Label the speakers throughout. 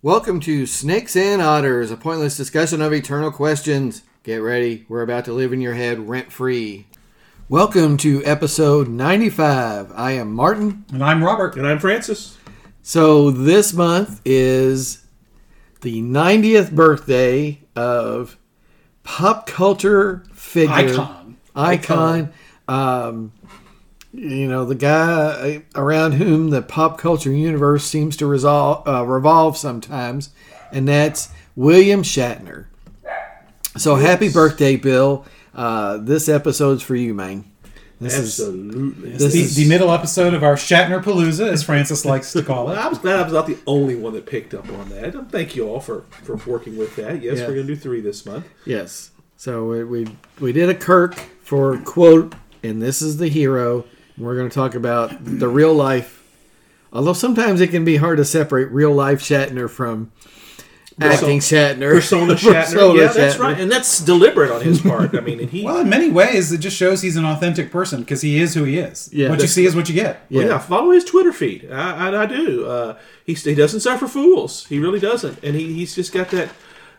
Speaker 1: Welcome to Snakes and Otters, a pointless discussion of eternal questions. Get ready, we're about to live in your head rent free. Welcome to episode 95. I am Martin.
Speaker 2: And I'm Robert.
Speaker 3: And I'm Francis.
Speaker 1: So, this month is the 90th birthday of pop culture figure
Speaker 2: Icon.
Speaker 1: icon. Um, you know, the guy uh, around whom the pop culture universe seems to resolve, uh, revolve sometimes, and that's William Shatner. So happy birthday, Bill. Uh, this episode's for you, man. This is
Speaker 3: Absolutely.
Speaker 1: this
Speaker 2: The,
Speaker 1: is-
Speaker 2: the middle episode of our Shatner Palooza, as Francis likes to call it.
Speaker 3: I was glad I was not the only one that picked up on that. And Thank you all for, for working with that. Yes,
Speaker 1: Yeah.
Speaker 3: we're going to do three this month.
Speaker 1: yes. So we, we we did a Kirk for quote, and this is the hero. We're going to talk about the real life. Although sometimes it can be hard to separate real life Shatner from acting Shatner.
Speaker 3: Persona Shatner.
Speaker 1: Persona
Speaker 3: yeah, that's
Speaker 1: Shatner.
Speaker 3: right. And that's deliberate on his part. I mean, and he.
Speaker 2: Well, in many ways, it just shows he's an authentic person because he is who he is.
Speaker 1: Yeah.
Speaker 2: what you see is what you get.
Speaker 3: yeah.
Speaker 1: yeah.
Speaker 3: follow his Twitter feed. I, I, I do. Uh, he, he doesn't suffer fools. He really doesn't. And he, he's just got that.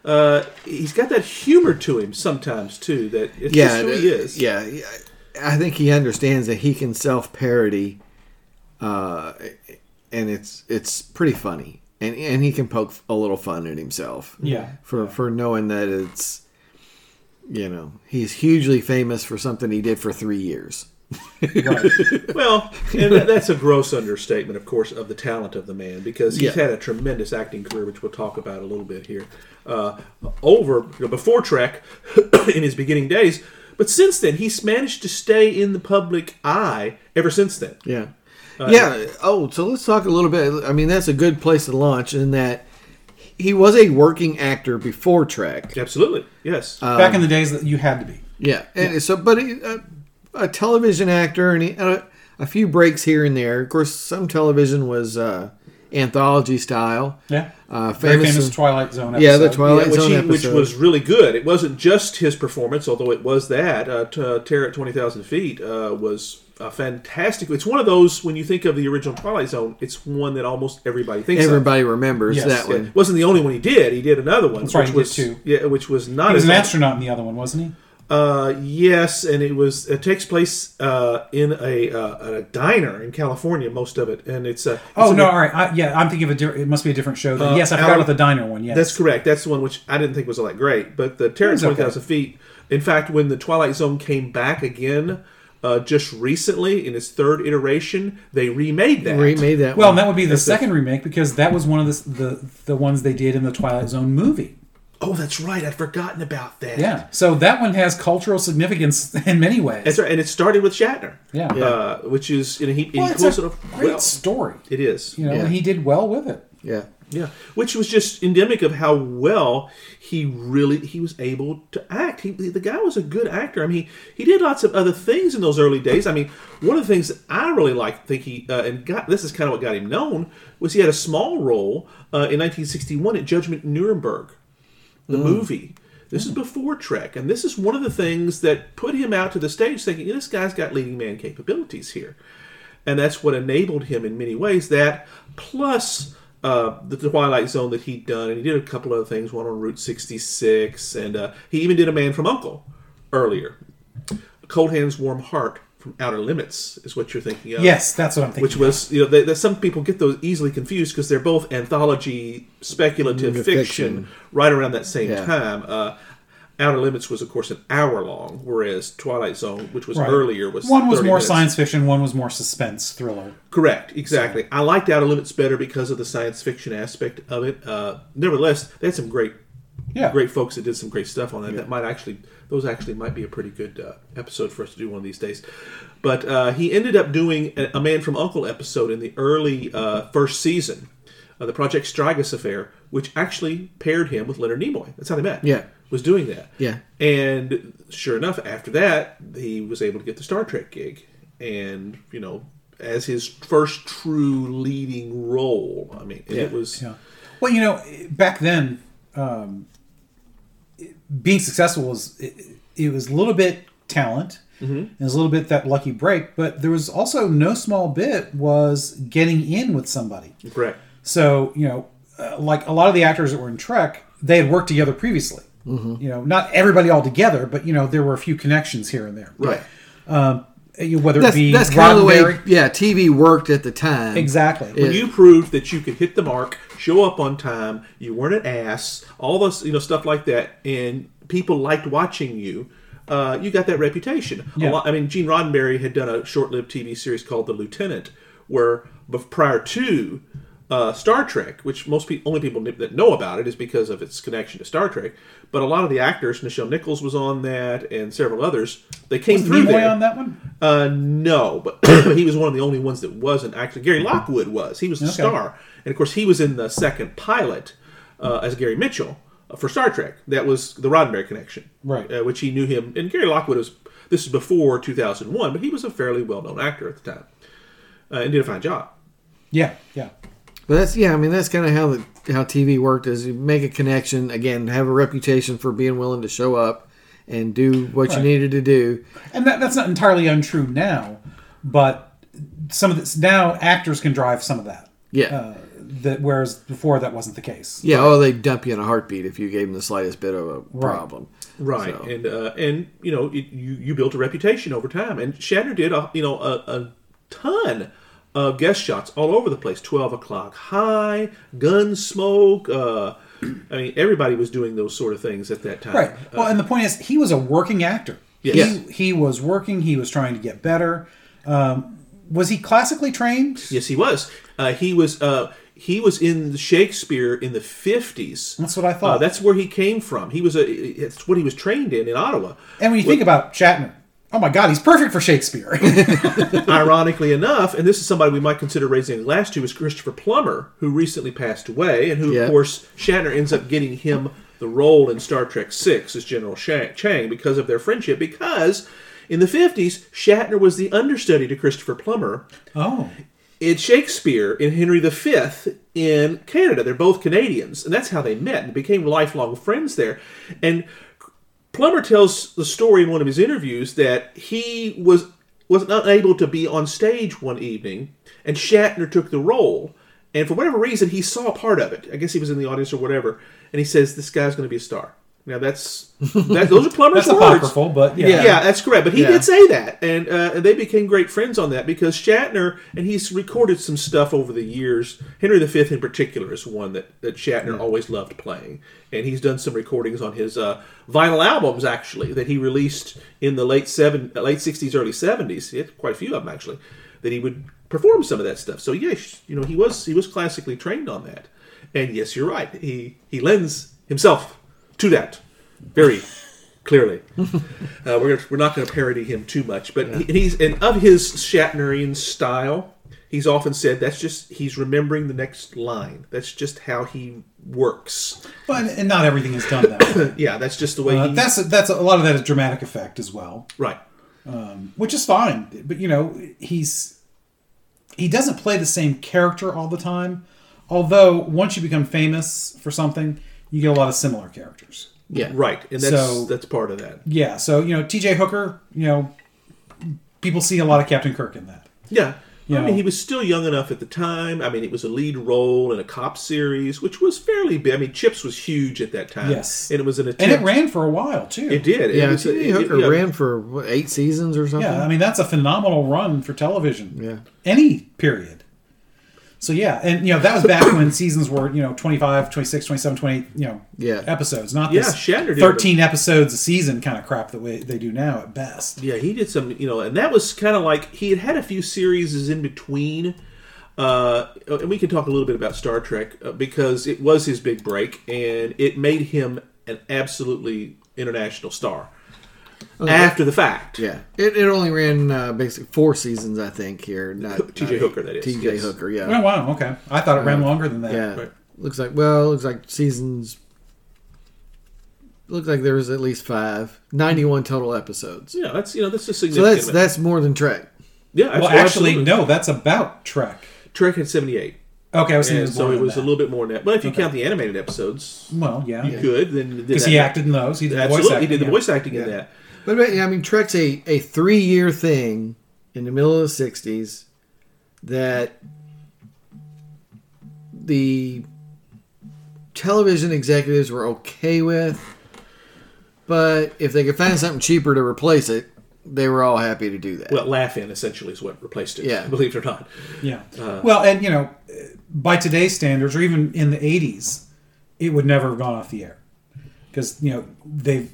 Speaker 3: Uh, he's got that humor to him sometimes too. That it's
Speaker 1: yeah,
Speaker 3: just who
Speaker 1: it-
Speaker 3: he is.
Speaker 1: Yeah, yeah. I think he understands that he can self parody, uh, and it's it's pretty funny, and and he can poke a little fun at himself.
Speaker 2: Yeah.
Speaker 1: for for knowing that it's, you know, he's hugely famous for something he did for three years.
Speaker 3: Well, and that, that's a gross understatement, of course, of the talent of the man because he's
Speaker 1: Yeah.
Speaker 3: had a tremendous acting career, which we'll talk about a little bit here. Uh, over you know, before Trek, in his beginning days, but since then he's managed to stay in the public eye ever since then.
Speaker 1: Yeah. yeah. Oh, so let's talk a little bit. I mean, that's a good place to launch in that he was a working actor before Trek.
Speaker 3: Absolutely, yes.
Speaker 1: Uh, Um,
Speaker 2: Back in the days that you had to be.
Speaker 1: Yeah, and so but a, a, a television actor and, he, and a, a few breaks here and there. Of course, some television was uh, anthology style.
Speaker 2: Yeah,
Speaker 1: Uh,
Speaker 2: very
Speaker 1: famous-
Speaker 2: famous Twilight Zone. Episode.
Speaker 1: Yeah, the Twilight
Speaker 3: Yeah, which,
Speaker 1: Zone
Speaker 3: he,
Speaker 1: episode.
Speaker 3: which was really good. It wasn't just his performance, although it was that. Uh, t- uh, Terror at 20,000 Feet uh, was uh, fantastic. It's one of those, when you think of the original Twilight Zone, it's one that almost everybody thinks of.
Speaker 1: everybody remembers
Speaker 2: Yes.
Speaker 1: that
Speaker 3: Yeah,
Speaker 1: one.
Speaker 3: It wasn't the only one he did. He did another one,
Speaker 2: That's
Speaker 3: which
Speaker 2: right, he did
Speaker 3: was
Speaker 2: two.
Speaker 3: yeah, which was not
Speaker 2: He was
Speaker 3: as
Speaker 2: an astronaut in the other one, wasn't he?
Speaker 3: Uh, yes, and it was it takes place uh, in a uh, a diner in California, most of it, and it's a
Speaker 2: Oh
Speaker 3: it's
Speaker 2: no!
Speaker 3: a-
Speaker 2: All right, I, yeah, I'm thinking of a. Di- it must be a different show. Then.
Speaker 3: Uh,
Speaker 2: yes, I forgot
Speaker 3: Alan-
Speaker 2: about the diner one. Yes,
Speaker 3: That's correct. That's the one which I didn't think was all that great. But the
Speaker 2: It
Speaker 3: Terror
Speaker 2: was
Speaker 3: Twenty Thousand Feet. In fact, when the Twilight Zone came back again, uh, just recently in its third iteration, they remade that.
Speaker 1: Remade that. one.
Speaker 2: Well, and that would be the second remake because that was one of the, s- the the ones they did in the Twilight Zone movie.
Speaker 3: Oh, that's right. I'd forgotten about that.
Speaker 2: Yeah, so that one has cultural significance in many ways.
Speaker 3: That's right. And it started with Shatner.
Speaker 2: Yeah.
Speaker 3: Uh, which is you know, he,
Speaker 2: well,
Speaker 3: he
Speaker 2: it's
Speaker 3: pulls
Speaker 2: a
Speaker 3: it off.
Speaker 2: great
Speaker 3: well.
Speaker 2: story.
Speaker 3: It is.
Speaker 2: You know,
Speaker 1: Yeah.
Speaker 2: and he did well with it.
Speaker 1: yeah.
Speaker 3: Yeah, which was just endemic of how well he really he was able to act. He, the guy was a good actor. I mean, he, he did lots of other things in those early days. I mean, one of the things that I really like, think he uh, and got this is kind of what got him known was he had a small role uh, in 1961 at Judgment Nuremberg, the movie. This is before Trek, and this is one of the things that put him out to the stage, thinking this guy's got leading man capabilities here and that's what enabled him in many ways. That plus uh, the Twilight Zone that he'd done, and he did a couple other things, one on Route 66, and uh, he even did a Man from Uncle earlier. Cold Hands, Warm Heart from Outer Limits is what you're thinking of.
Speaker 2: Yes, that's what I'm thinking.
Speaker 3: Which was, you know, they, that some people get those easily confused because they're both anthology, speculative
Speaker 1: Mm,
Speaker 3: fiction,
Speaker 1: fiction.
Speaker 3: right around that same
Speaker 1: Yeah.
Speaker 3: time. Uh, Outer Limits was, of course, an hour long, whereas Twilight Zone, which was
Speaker 2: Right.
Speaker 3: earlier, was
Speaker 2: one was
Speaker 3: 30
Speaker 2: more
Speaker 3: minutes.
Speaker 2: science fiction, one was more suspense thriller.
Speaker 3: Correct, exactly. I liked Outer Limits better because of the science fiction aspect of it. Uh, nevertheless, they had some great,
Speaker 2: Yeah,
Speaker 3: great folks that did some great stuff on that. That might actually, those actually might be a pretty good uh, episode for us to do one of these days. But uh, he ended up doing a, a Man from Uncle episode in the early uh, first season, uh, the Project Strigus affair, which actually paired him with Leonard Nimoy. That's how they met.
Speaker 1: Yeah.
Speaker 3: was doing that.
Speaker 1: Yeah.
Speaker 3: And sure enough, after that, he was able to get the Star Trek gig. And, you know, as his first true leading role. I mean, and it
Speaker 1: Yeah,
Speaker 3: was.
Speaker 2: Yeah. Well, you know, back then, um, it- being successful was it, it was a little bit talent.
Speaker 3: Mm-hmm.
Speaker 2: and It was a little bit that lucky break, but there was also no small bit was getting in with somebody.
Speaker 3: Correct.
Speaker 2: So you know, uh, like a lot of the actors that were in Trek, they had worked together previously.
Speaker 1: Mm-hmm.
Speaker 2: You know, not everybody all together, but you know, there were a few connections here and there. Uh,
Speaker 3: Right.
Speaker 2: You know, whether
Speaker 1: That's,
Speaker 2: it be
Speaker 1: that's kind of the way,
Speaker 2: Roddenberry-
Speaker 1: yeah, TV worked at the time.
Speaker 2: exactly.
Speaker 1: Yeah.
Speaker 3: You proved that you could hit the mark, show up on time, you weren't an ass, all those you know stuff like that, and people liked watching you. Uh, you got that reputation. A
Speaker 2: Yeah.
Speaker 3: lot, I mean, Gene Roddenberry had done a short-lived TV series called The Lieutenant, where bef- prior to uh, Star Trek, which most people, only people kn- that know about it is because of its connection to Star Trek, but a lot of the actors, Nichelle Nichols was on that, and several others, they came through
Speaker 2: Nimoy
Speaker 3: there.
Speaker 2: on that one.
Speaker 3: Uh, no, but he was one of the only ones that wasn't. Actually, Gary Lockwood was. He was the
Speaker 2: Okay.
Speaker 3: star, and of course, he was in the second pilot uh, as Gary Mitchell uh, for Star Trek. That was the Roddenberry connection,
Speaker 2: Right.
Speaker 3: Uh, which he knew him, and Gary Lockwood was. This is before 2001, but he was a fairly well-known actor at the time, uh, and did a fine job.
Speaker 2: Yeah, yeah.
Speaker 1: But that's yeah, I mean that's kind of how the how TV worked is you make a connection again, have a reputation for being willing to show up and do what you
Speaker 2: Right.
Speaker 1: needed to do.
Speaker 2: and that, that's not entirely untrue now, but some of this now actors can drive some of that.
Speaker 1: Yeah.
Speaker 2: Uh, that whereas before that wasn't the case.
Speaker 1: yeah, oh they dump you in a heartbeat if you gave them the slightest bit of a problem.
Speaker 3: right
Speaker 1: So-
Speaker 3: and uh, and you know it, you you built a reputation over time and shatner did a you know a, a ton of guest shots all over the place 12 o'clock high gunsmoke uh i mean everybody was doing those sort of things at that time
Speaker 2: Right. Well, and the point is, he was a working actor.
Speaker 3: Yes.
Speaker 2: He, he was working. He was trying to get better. Um, was he classically trained?
Speaker 3: yes he was uh, he was uh he was in Shakespeare in the fifties.
Speaker 2: That's what I thought.
Speaker 3: Uh, that's where he came from. He was a. That's what he was trained in in Ottawa.
Speaker 2: And when you think about Shatner, oh my God, he's perfect for Shakespeare.
Speaker 3: ironically enough, and this is somebody we might consider raising a glass to, is Christopher Plummer, who recently passed away, and who,
Speaker 1: Yeah.
Speaker 3: of course, Shatner ends up getting him the role in Star Trek Six as General Shang, Chang because of their friendship. Because in the 50s, Shatner was the understudy to Christopher Plummer
Speaker 2: oh,
Speaker 3: in Shakespeare in Henry V in Canada. They're both Canadians, and that's how they met and became lifelong friends there. And Plummer tells the story in one of his interviews that he was was unable to be on stage one evening, and Shatner took the role. And for whatever reason, he saw a part of it. I guess he was in the audience or whatever, and he says, "This guy's going to be a star." Now that's that, those are Plummer's
Speaker 2: that's
Speaker 3: words.
Speaker 2: apocryphal, but yeah.
Speaker 3: Yeah. that's correct. But he
Speaker 1: Yeah.
Speaker 3: did say that, and uh, and they became great friends on that because Shatner and he's recorded some stuff over the years. Henry V in particular is one that that Shatner always loved playing, and he's done some recordings on his uh, vinyl albums actually that he released in the late seven uh, late sixties, early seventies. He had quite a few of them actually that he would perform some of that stuff. So yes, you know he was he was classically trained on that, and yes, you're right. He he lends himself to that very clearly. Uh, we're, gonna, we're not going to parody him too much, but he- he's and of his Shatnerian style, he's often said that's just he's remembering the next line. That's just how he works.
Speaker 2: but and not everything is done that way.
Speaker 3: Yeah, that's just the way
Speaker 2: Uh,
Speaker 3: he.
Speaker 2: that's that's a lot of that is dramatic effect as well.
Speaker 3: right.
Speaker 2: which is fine. But you know, he's he doesn't play the same character all the time. Although once you become famous for something, you get a lot of similar characters.
Speaker 1: Yeah.
Speaker 3: Right, and that's
Speaker 2: So-
Speaker 3: that's part of that.
Speaker 2: Yeah, so you know, T.J. Hooker, you know, people see a lot of Captain Kirk in that.
Speaker 3: Yeah. I
Speaker 2: Yeah.
Speaker 3: mean, he was still young enough at the time. I mean, it was a lead role in a cop series, which was fairly big. I mean, Chips was huge at that time.
Speaker 2: Yes.
Speaker 3: And it was an
Speaker 2: And
Speaker 3: attempt.
Speaker 2: it ran for a while too.
Speaker 3: It did.
Speaker 1: Yeah,
Speaker 3: It was,
Speaker 1: TV
Speaker 3: it-
Speaker 1: Hooker
Speaker 3: yeah.
Speaker 1: ran for what, eight seasons or something.
Speaker 2: Yeah, I mean that's a phenomenal run for television.
Speaker 1: Yeah.
Speaker 2: Any period. So yeah, and you know, that was back when seasons were, you know, 25, 26, 27, 28, you know,
Speaker 1: Yeah.
Speaker 2: episodes, not
Speaker 3: Yeah,
Speaker 2: this
Speaker 3: Shatner did it.
Speaker 2: 13 episodes a season kind of crap that way they do now at best.
Speaker 3: Yeah, he did some, you know, and that was kind of like he had had a few series in between. Uh, and we can talk a little bit about Star Trek uh, because it was his big break and it made him an absolutely international star after the fact.
Speaker 1: Oh, Yeah. It, it only ran uh, basically four seasons, I think, here. Not,
Speaker 3: T.J.
Speaker 1: not eight.
Speaker 3: Hooker, that is,
Speaker 1: T.J.
Speaker 3: yes.
Speaker 1: Hooker, yeah.
Speaker 2: Oh wow, okay. I thought it ran longer than that.
Speaker 1: Yeah.
Speaker 3: Right.
Speaker 1: Looks like well, looks like seasons. Looks like there was at least five, 91 total episodes.
Speaker 3: Yeah, that's, you know, that's a
Speaker 1: So
Speaker 3: significant.
Speaker 1: that's that's more than Trek.
Speaker 3: yeah,
Speaker 2: Well, actually, no, that's about Trek.
Speaker 3: Trek had 78.
Speaker 2: Okay, I was thinking
Speaker 3: And so it was a
Speaker 2: little
Speaker 3: little bit more than that. But if you count the animated episodes,
Speaker 2: well, yeah.
Speaker 3: you could, then.
Speaker 2: Because he acted in those. He did the
Speaker 3: Absolutely,
Speaker 2: voice acting.
Speaker 3: he did the
Speaker 2: yeah.
Speaker 3: voice acting in that.
Speaker 1: But but, yeah, I mean, Trek's a, a three year thing in the middle of the '60s that the television executives were okay with, but if they could find something cheaper to replace it, they were all happy to do that.
Speaker 3: Well, Laugh-In essentially is what replaced it.
Speaker 1: Yeah.
Speaker 3: believe it or not.
Speaker 2: Yeah.
Speaker 3: Uh.
Speaker 2: well, and you know, by today's standards, or even in the '80s, it would never have gone off the air because you know they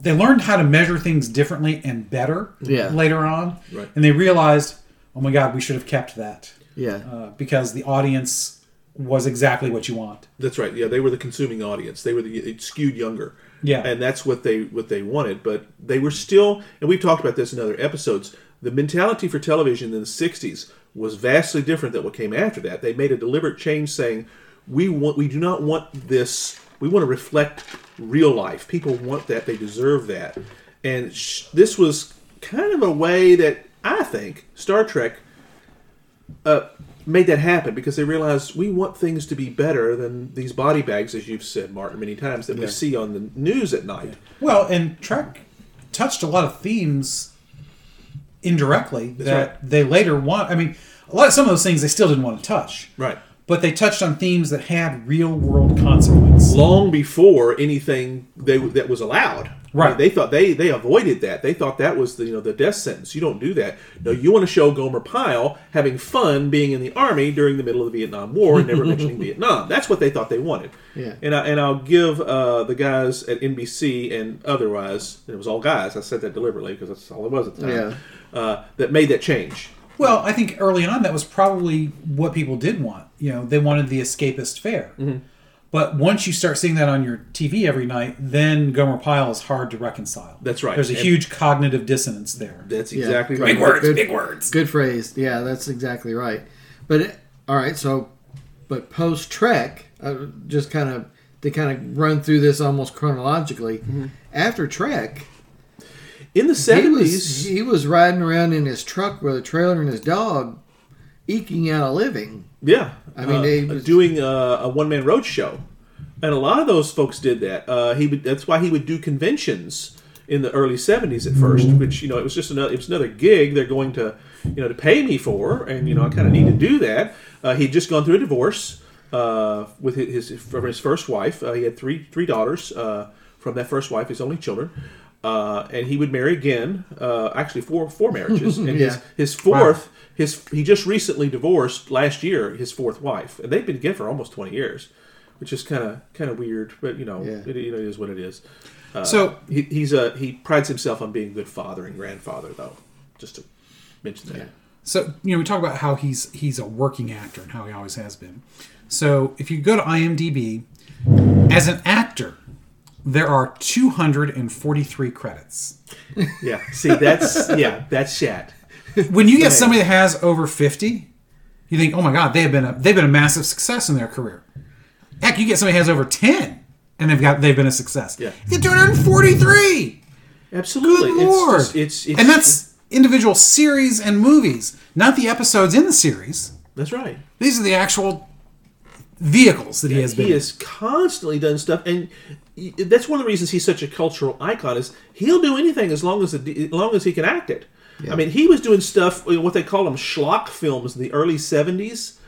Speaker 2: they learned how to measure things differently and better
Speaker 1: Yeah.
Speaker 2: later on,
Speaker 3: Right.
Speaker 2: and they realized, oh my God, we should have kept that
Speaker 1: yeah.
Speaker 2: uh, because the audience was exactly what you want.
Speaker 3: That's right. Yeah, they were the consuming audience. They were the it skewed younger.
Speaker 2: Yeah.
Speaker 3: and that's what they what they wanted. But they were still, and we've talked about this in other episodes. The mentality for television in the '60s was vastly different than what came after that. They made a deliberate change, saying, "We want, we do not want this. We want to reflect real life. People want that. They deserve that." And sh- this was kind of a way that I think Star Trek made that happen because they realized we want things to be better than these body bags, as you've said, Martin, many times that we see on the news at night.
Speaker 2: Well, and Trek touched a lot of themes indirectly that they later want. I mean, a lot of some of those things they still didn't want to touch.
Speaker 3: Right.
Speaker 2: But they touched on themes that had real world consequence.
Speaker 3: Long before anything they, that was allowed.
Speaker 2: Right.
Speaker 3: They thought they they avoided that. They thought that was the you know the death sentence. You don't do that. No, you want to show Gomer Pyle having fun being in the army during the middle of the Vietnam War and never mentioning Vietnam. That's what they thought they wanted.
Speaker 1: Yeah.
Speaker 3: And I, and I'll give uh, the guys at NBC and otherwise. And it was all guys. I said that deliberately because that's all it was at the time. Uh, that made that change.
Speaker 2: Well, I think early on that was probably what people did want. You know, they wanted the escapist fare.
Speaker 3: Mm-hmm.
Speaker 2: But once you start seeing that on your TV every night, then Gomer Pyle is hard to reconcile.
Speaker 3: That's right.
Speaker 2: There's a
Speaker 3: And-
Speaker 2: huge cognitive dissonance there.
Speaker 3: That's
Speaker 1: Yeah.
Speaker 3: exactly
Speaker 1: Big
Speaker 3: right.
Speaker 1: words, Good- big
Speaker 2: words.
Speaker 1: Good phrase. Yeah, that's exactly right. But it, all right, so but post Trek, uh, just kind of to kind of run through this almost chronologically.
Speaker 3: Mm-hmm.
Speaker 1: After Trek,
Speaker 3: In the
Speaker 1: he was
Speaker 3: seventies,
Speaker 1: he was riding around in his truck with a trailer and his dog, eking out a living.
Speaker 3: yeah,
Speaker 1: I mean,
Speaker 3: uh,
Speaker 1: they was-
Speaker 3: doing a, a one man road show, and a lot of those folks did that. Uh, he would, that's why he would do conventions in the early seventies at first,
Speaker 1: Mm-hmm.
Speaker 3: which you know it was just another it was another gig they're going to you know to pay me for, and you know I kind of need to do that. Uh, he'd just gone through a divorce uh, with his, his from his first wife. Uh, he had three three daughters uh, from that first wife, his only children. Uh, and he would marry again. Uh, actually, four four marriages, and
Speaker 1: Yeah.
Speaker 3: his his fourth his he just recently divorced last year his fourth wife and they've been together for almost 20 years which is kind of kind of weird but you know
Speaker 1: Yeah.
Speaker 3: it, you know, it is what it is uh,
Speaker 2: So-
Speaker 3: he, he's a he prides himself on being a good father and grandfather though just to mention that
Speaker 2: So you know, we talk about how he's he's a working actor and how he always has been. So if you go to IMDb, as an actor, there are 243 credits.
Speaker 3: yeah see that's yeah that's shat
Speaker 2: When you get somebody that has over 50, you think, oh my god, they have been a they've been a massive success in their career. Heck, you get somebody that has over 10, and they've got they've been a success.
Speaker 3: Yeah.
Speaker 2: you get 243.
Speaker 3: absolutely
Speaker 2: Good lord!
Speaker 3: It's, just, it's, it's
Speaker 2: and that's individual series and movies, not the episodes in the series.
Speaker 3: that's right
Speaker 2: These are the actual vehicles that he has been.
Speaker 3: he has constantly done stuff and y- that's one of the reasons he's such a cultural icon is he'll do anything as long as the, as long as he can act it i mean he was doing stuff you know, what they call them schlock films in the early 70s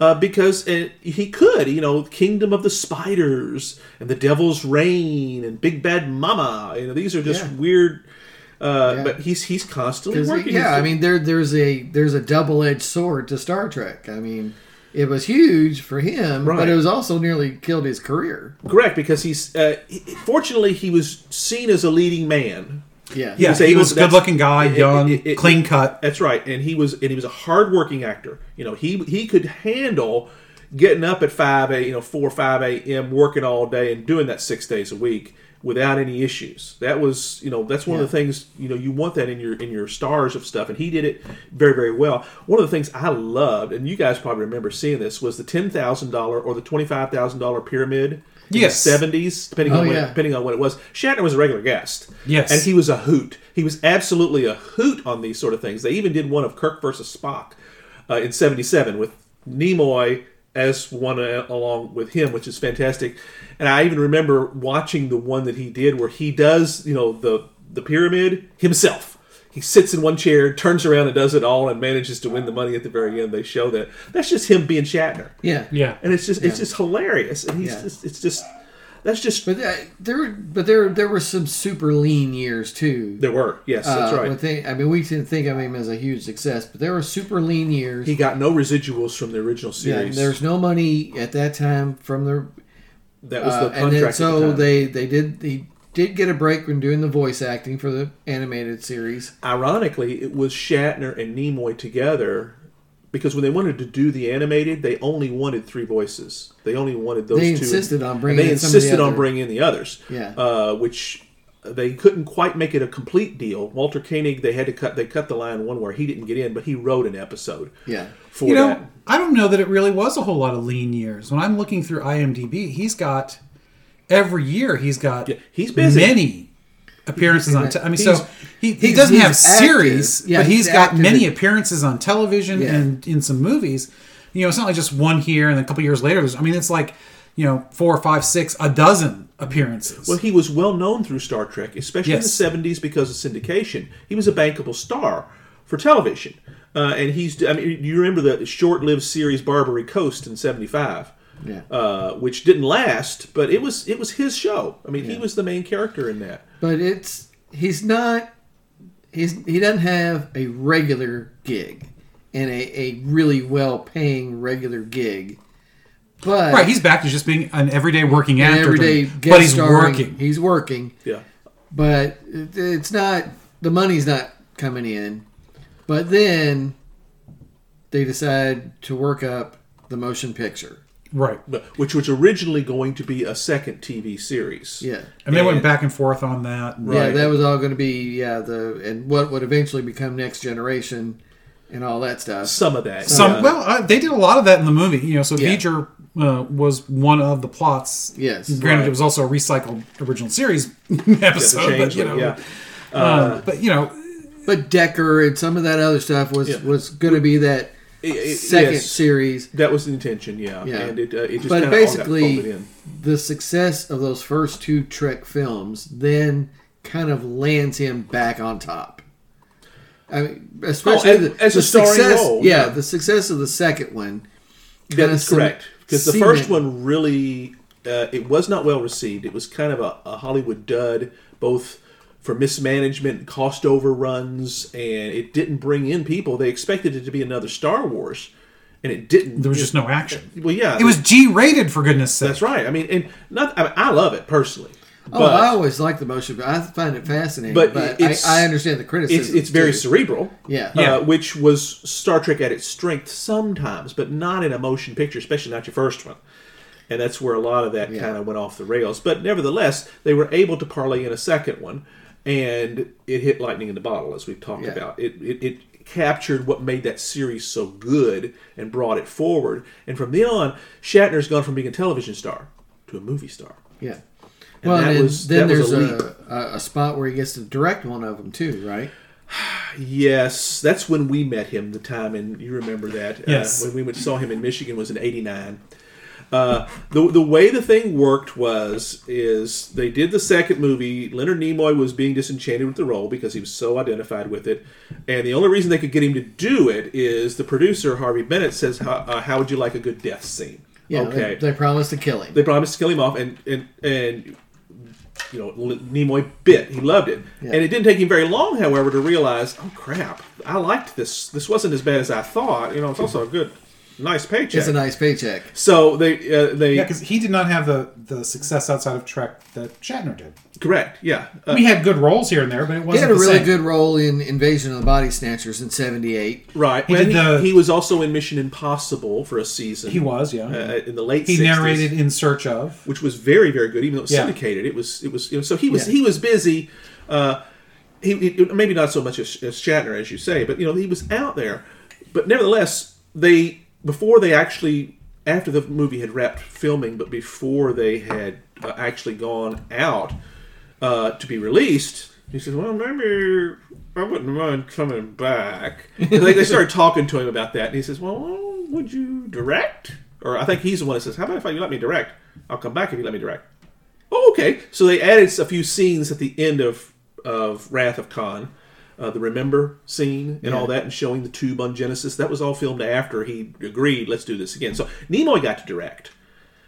Speaker 3: uh, because uh he could, you know, Kingdom of the Spiders and The Devil's Reign and Big Bad Mama. You know, these are just
Speaker 1: Yeah.
Speaker 3: weird. Uh,
Speaker 1: Yeah.
Speaker 3: But he's he's constantly
Speaker 1: 'Cause,
Speaker 3: working.
Speaker 1: yeah,
Speaker 3: He's-
Speaker 1: I mean there there's a there's a double edged sword to Star Trek. I mean, it was huge for him,
Speaker 3: Right.
Speaker 1: but it was also nearly killed his career.
Speaker 3: correct because he's uh, he- fortunately he was seen as a leading man.
Speaker 1: Yeah,
Speaker 2: yeah,
Speaker 3: was
Speaker 2: he
Speaker 3: able
Speaker 2: was
Speaker 3: to-
Speaker 2: a good-looking guy,
Speaker 3: that's- it-
Speaker 2: young,
Speaker 3: it- it-
Speaker 2: clean cut.
Speaker 3: That's right, and he was and he was a hardworking actor. You know, he he could handle getting up at five a you know four or five a.m. working all day and doing that six days a week without any issues. That was you know that's one of the things you know you want that in your in your stars of stuff, and he did it very very well. One of the things I loved, and you guys probably remember seeing this, was the ten thousand dollar or the twenty five thousand dollar pyramid. in the
Speaker 2: Yes.
Speaker 3: 70s, depending
Speaker 1: Oh,
Speaker 3: on when,
Speaker 1: yeah.
Speaker 3: depending on what it was. Shatner was a regular guest.
Speaker 2: Yes.
Speaker 3: And he was a hoot. He was absolutely a hoot on these sort of things. They even did one of Kirk versus Spock uh, in 77 with Nimoy as one uh, along with him, which is fantastic. And I even remember watching the one that he did where he does, you know, the the pyramid himself. he sits in one chair, turns around and does it all, and manages to win the money at the very end. They show that. That's just him being Shatner,
Speaker 1: Yeah.
Speaker 4: Yeah.
Speaker 3: and it's just it's just hilarious. And he's
Speaker 1: Yeah.
Speaker 3: just it's just that's just
Speaker 1: But uh, there, but there, there were some super lean years too.
Speaker 3: there were yes that's
Speaker 1: Uh,
Speaker 3: right.
Speaker 1: when they- I mean, we didn't think of him as a huge success, but there were super lean years.
Speaker 3: He got no residuals from the original
Speaker 1: yeah,
Speaker 3: series.
Speaker 1: there's no money at that time from the,
Speaker 3: that was
Speaker 1: uh,
Speaker 3: the contract.
Speaker 1: and then
Speaker 3: at the
Speaker 1: so
Speaker 3: time.
Speaker 1: they they did he did get a break when doing the voice acting for the animated series.
Speaker 3: ironically, it was Shatner and Nimoy together because when they wanted to do the animated, they only wanted three voices. They only wanted those
Speaker 1: They
Speaker 3: two.
Speaker 1: insisted on bringing
Speaker 3: and they
Speaker 1: in some of the
Speaker 3: insisted on
Speaker 1: other-
Speaker 3: bringing in the others.
Speaker 1: Yeah.
Speaker 3: uh, which they couldn't quite make it a complete deal. Walter Koenig, they had to cut. They cut the line one where he didn't get in, but he wrote an episode.
Speaker 1: Yeah,
Speaker 3: for
Speaker 2: you know,
Speaker 3: that.
Speaker 2: I don't know that it really was a whole lot of lean years. When I'm looking through IMDb, he's got every year he's got
Speaker 3: Yeah, he's busy.
Speaker 2: many appearances on. Te- I mean, so
Speaker 1: He's-
Speaker 2: he, he
Speaker 1: he's-
Speaker 2: doesn't have
Speaker 1: he's active.
Speaker 2: series,
Speaker 1: Yeah,
Speaker 2: but
Speaker 1: he's
Speaker 2: he's got
Speaker 1: active
Speaker 2: many
Speaker 1: in-
Speaker 2: appearances on television
Speaker 1: Yeah.
Speaker 2: and in some movies. You know, it's not like just one here and then a couple years later. There's, I mean, it's like you know, four, five, six, a dozen appearances.
Speaker 3: Well, he was well known through Star Trek, especially
Speaker 2: Yes.
Speaker 3: in the 70s because of syndication. He was a bankable star for television. Uh, and he's, I mean, you remember the short lived series Barbary Coast in 75.
Speaker 1: Yeah.
Speaker 3: Uh, which didn't last, but it was it was his show. I mean, he was the main character in that.
Speaker 1: but it's he's not he's he doesn't have a regular gig and a, a really well paying regular gig. But
Speaker 2: right, he's back to just being an everyday working
Speaker 1: an
Speaker 2: actor,
Speaker 1: everyday
Speaker 2: dude,
Speaker 1: guest
Speaker 2: but he's
Speaker 1: starring,
Speaker 2: working.
Speaker 1: He's working.
Speaker 3: Yeah,
Speaker 1: but it- it's not the money's not coming in. But then they decide to work up the motion picture.
Speaker 2: Right.
Speaker 3: but, which was originally going to be a second TV series.
Speaker 1: Yeah,
Speaker 2: And they went
Speaker 3: And-
Speaker 2: back and forth on that. and-
Speaker 1: yeah, that was all going to be yeah the and what would eventually become Next Generation and all that stuff.
Speaker 3: Some of that.
Speaker 2: Some
Speaker 3: yeah.
Speaker 2: well, uh, they did a lot of that in the movie. You know, so
Speaker 1: Yeah.
Speaker 2: V'ger uh, was one of the plots.
Speaker 1: Yes.
Speaker 2: granted,
Speaker 3: Right.
Speaker 2: it was also a recycled original series
Speaker 3: the
Speaker 2: episode. but, you
Speaker 3: changeling,
Speaker 2: know,
Speaker 3: yeah.
Speaker 2: um, but you know,
Speaker 1: But Decker and some of that other stuff was
Speaker 3: Yeah.
Speaker 1: was going to be that
Speaker 3: It- it-
Speaker 1: second
Speaker 3: yes,
Speaker 1: series.
Speaker 3: that was the intention. Yeah,
Speaker 1: Yeah.
Speaker 3: and it, uh, it just
Speaker 1: But
Speaker 3: kinda all got
Speaker 1: basically-
Speaker 3: folded in.
Speaker 1: the success of those first two Trek films then kind of lands him back on top. I mean, especially
Speaker 3: Oh, and-
Speaker 1: the,
Speaker 3: as a
Speaker 1: the
Speaker 3: starring
Speaker 1: success,
Speaker 3: role,
Speaker 1: yeah,
Speaker 3: yeah.
Speaker 1: the success of the second one.
Speaker 3: That
Speaker 1: kinda
Speaker 3: is
Speaker 1: cem-
Speaker 3: correct. Because the first
Speaker 1: cemented-
Speaker 3: one really, uh, it was not well received. It was kind of a, a Hollywood dud, both for mismanagement, cost overruns, and it didn't bring in people. They expected it to be another Star Wars, and it didn't.
Speaker 2: there was just no action.
Speaker 3: Well, yeah,
Speaker 2: It was G-rated for goodness' sake.
Speaker 3: That's right. I mean, and not. I, mean, I love it personally.
Speaker 1: Oh, I always like the motion, but I find it fascinating.
Speaker 3: But
Speaker 1: But,
Speaker 3: it's-
Speaker 1: I, I understand the criticism.
Speaker 3: it's it's very
Speaker 1: too.
Speaker 3: cerebral.
Speaker 1: Yeah.
Speaker 2: Yeah.
Speaker 3: Uh, which was Star Trek at its strength sometimes, but not in a motion picture, especially not your first one. And that's where a lot of that
Speaker 1: Yeah.
Speaker 3: kind of went off the rails. But nevertheless, they were able to parlay in a second one, and it hit lightning in the bottle, as we've talked
Speaker 1: Yeah.
Speaker 3: about. It, it it captured what made that series so good and brought it forward. And from then on, Shatner's gone from being a television star to a movie star.
Speaker 1: yeah. well,
Speaker 3: that
Speaker 1: and then,
Speaker 3: was-
Speaker 1: then
Speaker 3: that was
Speaker 1: there's
Speaker 3: a
Speaker 1: a, a, a spot where he gets to direct one of them too, right?
Speaker 3: Yes, that's when we met him the time, and you remember that.
Speaker 2: Yes.
Speaker 3: Uh, when we went, saw him in Michigan was in '89. Uh, the, the way the thing worked was is they did the second movie. Leonard Nimoy was being disenchanted with the role because he was so identified with it, and the only reason they could get him to do it is the producer Harvey Bennett says, "How, uh, how would you like a good death scene?"
Speaker 1: Yeah. They, they promised to kill him.
Speaker 3: they promised to kill him off, and and and you know L- Nimoy bit. He loved it,
Speaker 1: Yeah.
Speaker 3: and it didn't take him very long, however, to realize, oh crap, I liked this. This wasn't as bad as I thought. You know, it's also a good, nice paycheck.
Speaker 1: it's a nice paycheck.
Speaker 3: so they uh, they
Speaker 2: Yeah, because he did not have the, the success outside of Trek that Shatner did.
Speaker 3: correct, yeah. Uh,
Speaker 2: we had good roles here and there, but it wasn't
Speaker 1: He had a
Speaker 2: the
Speaker 1: really
Speaker 2: same.
Speaker 1: good role in Invasion of the Body Snatchers in '78.
Speaker 3: Right.
Speaker 2: He
Speaker 3: and
Speaker 2: did
Speaker 3: he,
Speaker 2: the-
Speaker 3: he was also in Mission Impossible for a season.
Speaker 2: He was, yeah.
Speaker 3: uh, in the late.
Speaker 2: he
Speaker 3: 60s,
Speaker 2: narrated In Search of.
Speaker 3: which was very very good, even though it was
Speaker 2: Yeah.
Speaker 3: syndicated. It was it was you know, so he was
Speaker 1: Yeah.
Speaker 3: he was busy. Uh, he, he- maybe not so much as, as Shatner as you say, but you know he was out there. But nevertheless, they before they actually after the movie had wrapped filming, but before they had uh, actually gone out uh, to be released, he says, "Well, maybe." I wouldn't mind coming back. And they, they started talking to him about that, and he says, "Well, would you direct?" Or I think he's the one that says, "How about if you let me direct? I'll come back if you let me direct." Oh, okay. So they added a few scenes at the end of of Wrath of Khan uh, the Remember scene and all that, and showing the tube on Genesis. That was all filmed after he agreed, let's do this again. So Nimoy got to direct.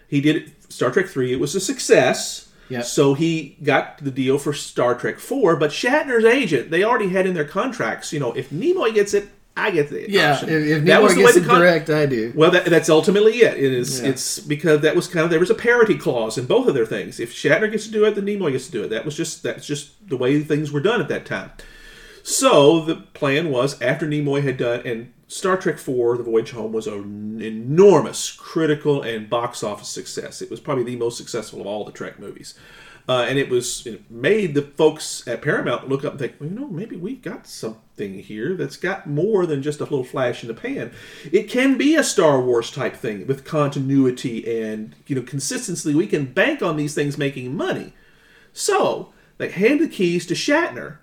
Speaker 3: He did it, Star Trek 3. It was a success.
Speaker 1: Yep.
Speaker 3: So he got the deal for Star Trek 4, but Shatner's agent, they already had in their contracts, you know, if Nimoy gets it, I get the
Speaker 1: Yeah,
Speaker 3: option.
Speaker 1: Oh, if, if
Speaker 3: That was
Speaker 1: Nimoy
Speaker 3: the
Speaker 1: gets
Speaker 3: way
Speaker 1: it
Speaker 3: the con-
Speaker 1: direct, I do.
Speaker 3: well, that, that's ultimately it. It is.
Speaker 1: Yeah.
Speaker 3: It's because that was kind of there was a parity clause in both of their things. If Shatner gets to do it, then Nimoy gets to do it. That was just that's just the way things were done at that time. So the plan was after Nimoy had done and Star Trek IV: The Voyage Home was an enormous critical and box office success. It was probably the most successful of all the Trek movies. Uh, and it was it made the folks at Paramount look up and think, well, you know, maybe we got something here that's got more than just a little flash in the pan. It can be a Star Wars type thing with continuity and you know consistency. We can bank on these things making money. So they hand the keys to Shatner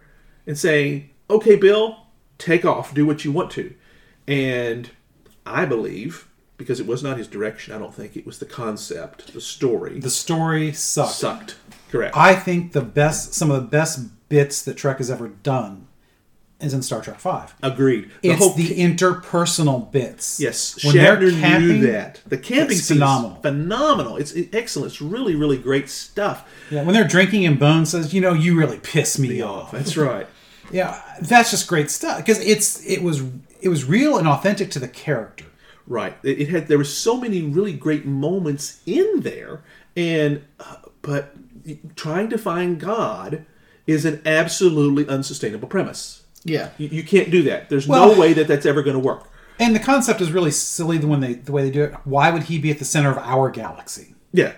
Speaker 3: and saying, "Okay, Bill, take off, do what you want to." And I believe because it was not his direction, I don't think it was the concept, the story
Speaker 2: The story sucked.
Speaker 3: sucked. Correct.
Speaker 2: I think the best, some of the best bits that Trek has ever done, is in Star Trek Five.
Speaker 3: Agreed. The
Speaker 2: It's
Speaker 3: whole
Speaker 2: the interpersonal bits.
Speaker 3: yes,
Speaker 2: When they're
Speaker 3: Shatner
Speaker 2: camping-
Speaker 3: knew that. The camping
Speaker 2: it's
Speaker 3: scene is
Speaker 2: phenomenal.
Speaker 3: phenomenal. It's it's excellent. It's really really great stuff.
Speaker 2: Yeah, when they're drinking and Bones says, "You know, you really piss me off."
Speaker 3: That's right.
Speaker 2: Yeah, that's just great stuff because it's it was it was real and authentic to the character.
Speaker 3: Right. It, it had there were so many really great moments in there, and uh, but trying to find God is an absolutely unsustainable premise.
Speaker 1: Yeah.
Speaker 3: You, you can't do that. There's
Speaker 2: Well-
Speaker 3: no way that that's ever going to work.
Speaker 2: And the concept is really silly the when they the way they do it. Why would he be at the center of our galaxy?
Speaker 3: Yeah,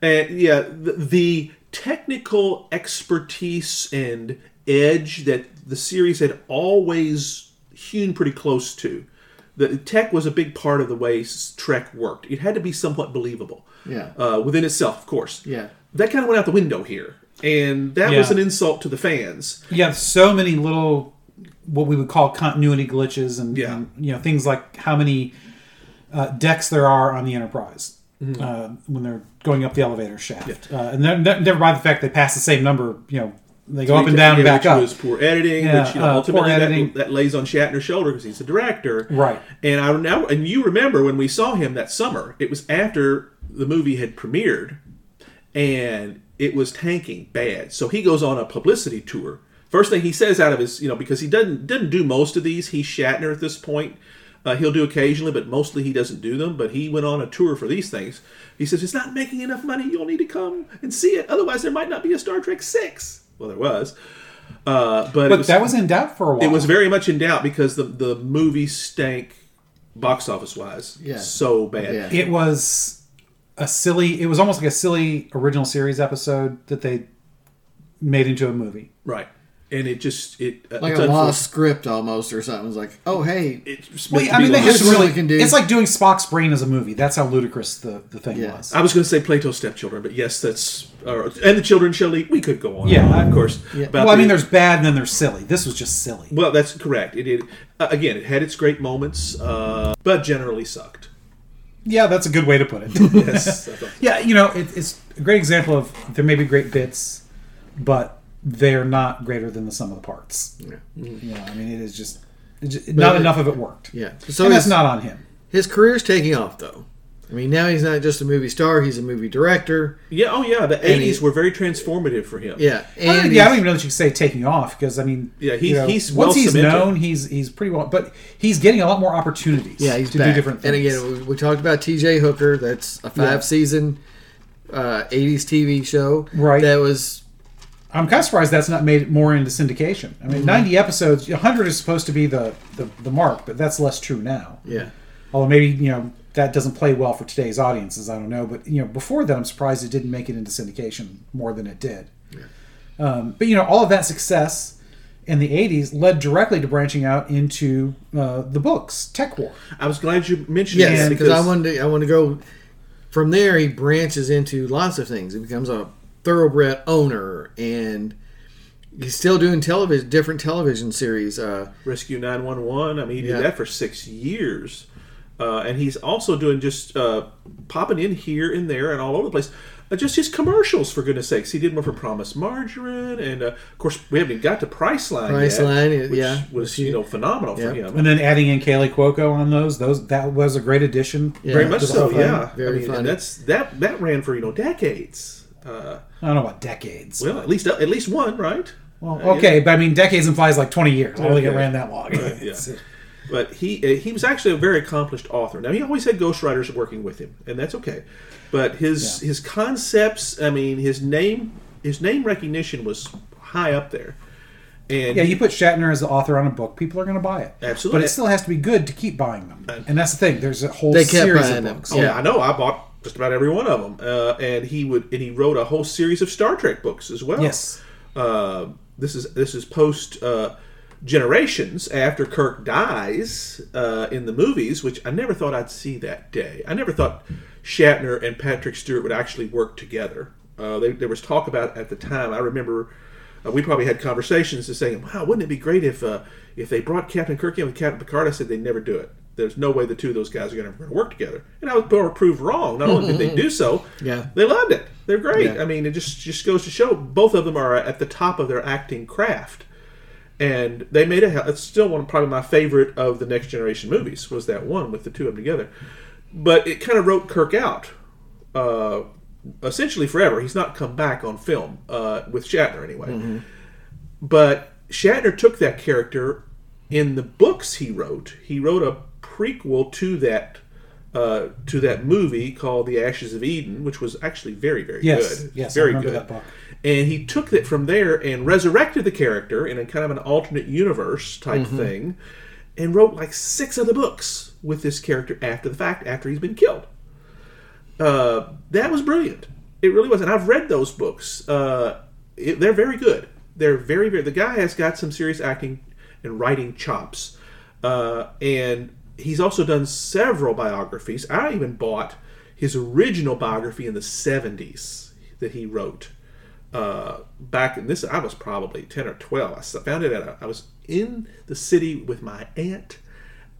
Speaker 3: and yeah, the, the technical expertise and edge that the series had always hewn pretty close to. The tech was a big part of the way s- Trek worked. It had to be somewhat believable.
Speaker 1: Yeah.
Speaker 3: Uh, within itself, of course.
Speaker 1: Yeah.
Speaker 3: That kind of went out the window here, and that was
Speaker 2: Yeah.
Speaker 3: an insult to the fans.
Speaker 2: You have so many little what we would call continuity glitches and,
Speaker 3: Yeah.
Speaker 2: and, you know things like how many uh, decks there are on the Enterprise
Speaker 3: Mm-hmm.
Speaker 2: uh, when they're going up the elevator shaft, uh, and then then never mind the fact they pass the same number. You know, they go up and down and
Speaker 3: Yeah,
Speaker 2: back
Speaker 3: which
Speaker 2: up.
Speaker 3: Was poor editing,
Speaker 2: Yeah,
Speaker 3: which you know,
Speaker 2: uh, poor
Speaker 3: ultimately
Speaker 2: editing.
Speaker 3: That, that lays on Shatner's shoulder because he's the director,
Speaker 2: Right.
Speaker 3: And I now and you remember when we saw him that summer? It was after the movie had premiered, and it was tanking bad. So he goes on a publicity tour. First thing he says out of his, you know, because he doesn't doesn't do most of these. He's Shatner at this point. Uh, he'll do occasionally, but mostly he doesn't do them. But he went on a tour for these things. He says it's not making enough money. You'll need to come and see it. Otherwise, there might not be a Star Trek six. Well, there was, uh, but, it
Speaker 2: but
Speaker 3: was,
Speaker 2: that was in doubt for a while.
Speaker 3: it was very much in doubt because the the movie stank box office wise
Speaker 1: Yeah.
Speaker 3: so bad.
Speaker 1: Yeah.
Speaker 2: it was a silly it was almost like a silly original series episode that they made into a movie
Speaker 3: Right. And it just it uh,
Speaker 1: Like a lost script almost or something. It's like, oh, hey.
Speaker 3: It's
Speaker 2: well,
Speaker 3: meant
Speaker 2: i
Speaker 3: to be
Speaker 2: mean they
Speaker 3: lost.
Speaker 1: Here's
Speaker 2: just
Speaker 1: what
Speaker 2: really
Speaker 1: we can do.
Speaker 2: it's like doing spock's brain as a movie that's how ludicrous the, the thing
Speaker 1: Yeah.
Speaker 2: was
Speaker 3: I was going to say Plato's stepchildren, but yes, that's or and the children shall eat. We could go on.
Speaker 2: Yeah.
Speaker 3: and on, of course.
Speaker 1: Yeah.
Speaker 3: about
Speaker 2: well i mean
Speaker 3: the-
Speaker 2: there's bad and then there's silly this was just silly
Speaker 3: well, that's correct. It, it uh, again, it had its great moments, uh, but generally sucked.
Speaker 2: yeah that's a good way to put it
Speaker 3: Yes, I thought-
Speaker 2: yeah you know it, it's a great example of there may be great bits but they're not greater than the sum of the parts yeah, i mean it is just, it just not
Speaker 1: it-
Speaker 2: enough of it worked
Speaker 1: Yeah. So
Speaker 2: and that's
Speaker 1: his,
Speaker 2: not on him
Speaker 1: his career's taking off, though. I mean, now he's not just a movie star, he's a movie director.
Speaker 3: yeah. Oh, yeah. The eighties
Speaker 1: he-
Speaker 3: were very transformative for him.
Speaker 1: Yeah.
Speaker 2: I don't,
Speaker 1: And
Speaker 2: yeah, I don't
Speaker 1: he's-
Speaker 2: even know that you could say taking off because I mean,
Speaker 3: Yeah, he's-
Speaker 2: you know,
Speaker 3: he's
Speaker 2: once
Speaker 3: well
Speaker 2: he's
Speaker 3: cemented.
Speaker 2: known, he's he's pretty well, but he's getting a lot more opportunities.
Speaker 1: Yeah, he's
Speaker 2: to
Speaker 1: back.
Speaker 2: do different things.
Speaker 1: And again, we, we talked about T.J. Hooker. That's a five-season uh, '80s TV show.
Speaker 2: Right.
Speaker 1: That was
Speaker 2: I'm kind of surprised that's not made more into syndication. I mean,
Speaker 3: Mm-hmm.
Speaker 2: 90 episodes, 100 is supposed to be the, the the mark, but that's less true now.
Speaker 1: yeah.
Speaker 2: Although maybe you know that doesn't play well for today's audiences. I don't know, but you know, before that, I'm surprised it didn't make it into syndication more than it did. Um, but you know, all of that success in the 80s led directly to branching out into uh, the books, Tech War.
Speaker 3: I was glad you mentioned
Speaker 1: Yes,
Speaker 3: that
Speaker 1: because I wanted to, I want to go from there. He branches into lots of things. He becomes a thoroughbred owner, and he's still doing television, different television series. Uh,
Speaker 3: Rescue 911. I mean, he
Speaker 1: Yeah.
Speaker 3: did that for six years. Uh, and he's also doing just uh, popping in here and there and all over the place. uh, just his commercials, for goodness sakes. He did one for Promise Margarine, and uh, of course, we haven't even got to Priceline.
Speaker 1: Priceline,
Speaker 3: yet,
Speaker 1: it-
Speaker 3: which
Speaker 1: yeah.
Speaker 3: was you know phenomenal for
Speaker 1: Yeah.
Speaker 3: him.
Speaker 2: And then adding in Kaylee Cuoco on those, those that was a great addition.
Speaker 1: Yeah.
Speaker 3: Very much
Speaker 2: Just
Speaker 3: so,
Speaker 2: fun.
Speaker 3: yeah.
Speaker 1: Very
Speaker 3: I mean,
Speaker 1: funny.
Speaker 3: and that's that that ran for you know decades. Uh,
Speaker 2: I don't know about decades.
Speaker 3: well, at least at least one, right?
Speaker 2: Well,
Speaker 3: Uh, yeah.
Speaker 2: okay, but I mean, decades implies like 20 years. I don't think it
Speaker 3: Okay.
Speaker 2: ran that long.
Speaker 3: yeah. But he uh, he was actually a very accomplished author. Now he always had ghostwriters working with him, and that's okay. But his his concepts, I mean, his name his name recognition was high up there. And
Speaker 2: Yeah, you put Shatner as the author on a book, people are going to buy it.
Speaker 3: Absolutely. Uh,
Speaker 2: But it still has to be good to keep buying them. And that's the thing. There's a whole
Speaker 1: They kept
Speaker 2: series
Speaker 1: buying
Speaker 2: of
Speaker 1: them.
Speaker 2: books.
Speaker 3: Oh, yeah, I know. I bought just about every one of them, uh, and he would and he wrote a whole series of Star Trek books as well.
Speaker 2: Yes.
Speaker 3: Uh, this is this is post uh, generations after Kirk dies uh, in the movies, which I never thought I'd see that day. I never thought Shatner and Patrick Stewart would actually work together. Uh, they, there was talk about it at the time. I remember. Uh, we probably had conversations and saying, "Wow, wouldn't it be great if uh, if they brought Captain Kirk in with Captain Picard?" I said they'd never do it. There's no way the two of those guys are going to work together. And I was more proved wrong. Not only did they do so,
Speaker 1: Yeah.
Speaker 3: they loved it. They're great.
Speaker 1: Yeah.
Speaker 3: I mean, it just just goes to show both of them are at the top of their acting craft. And they made a hell. It's still one of probably my favorite of the Next Generation movies was that one with the two of them together. But it kind of wrote Kirk out uh, essentially forever. He's not come back on film uh, with Shatner anyway.
Speaker 1: Mm-hmm.
Speaker 3: But Shatner took that character in the books he wrote. He wrote a prequel to that uh, to that movie called The Ashes of Eden, which was actually very very
Speaker 2: Yes,
Speaker 3: good.
Speaker 2: yes, I
Speaker 3: very
Speaker 2: remember
Speaker 3: good.
Speaker 2: that book.
Speaker 3: And he took that from there and resurrected the character in a kind of an alternate universe type
Speaker 2: Mm-hmm.
Speaker 3: thing, and wrote like six other books with this character after the fact, after he's been killed uh, that was brilliant. It really was, and I've read those books. Uh, it, they're very good. They're very, very. The guy has got some serious acting and writing chops, uh, and he's also done several biographies. I even bought his original biography in the '70s that he wrote uh, back in this. I was probably ten or twelve. I s- found it at a, I was in the city with my aunt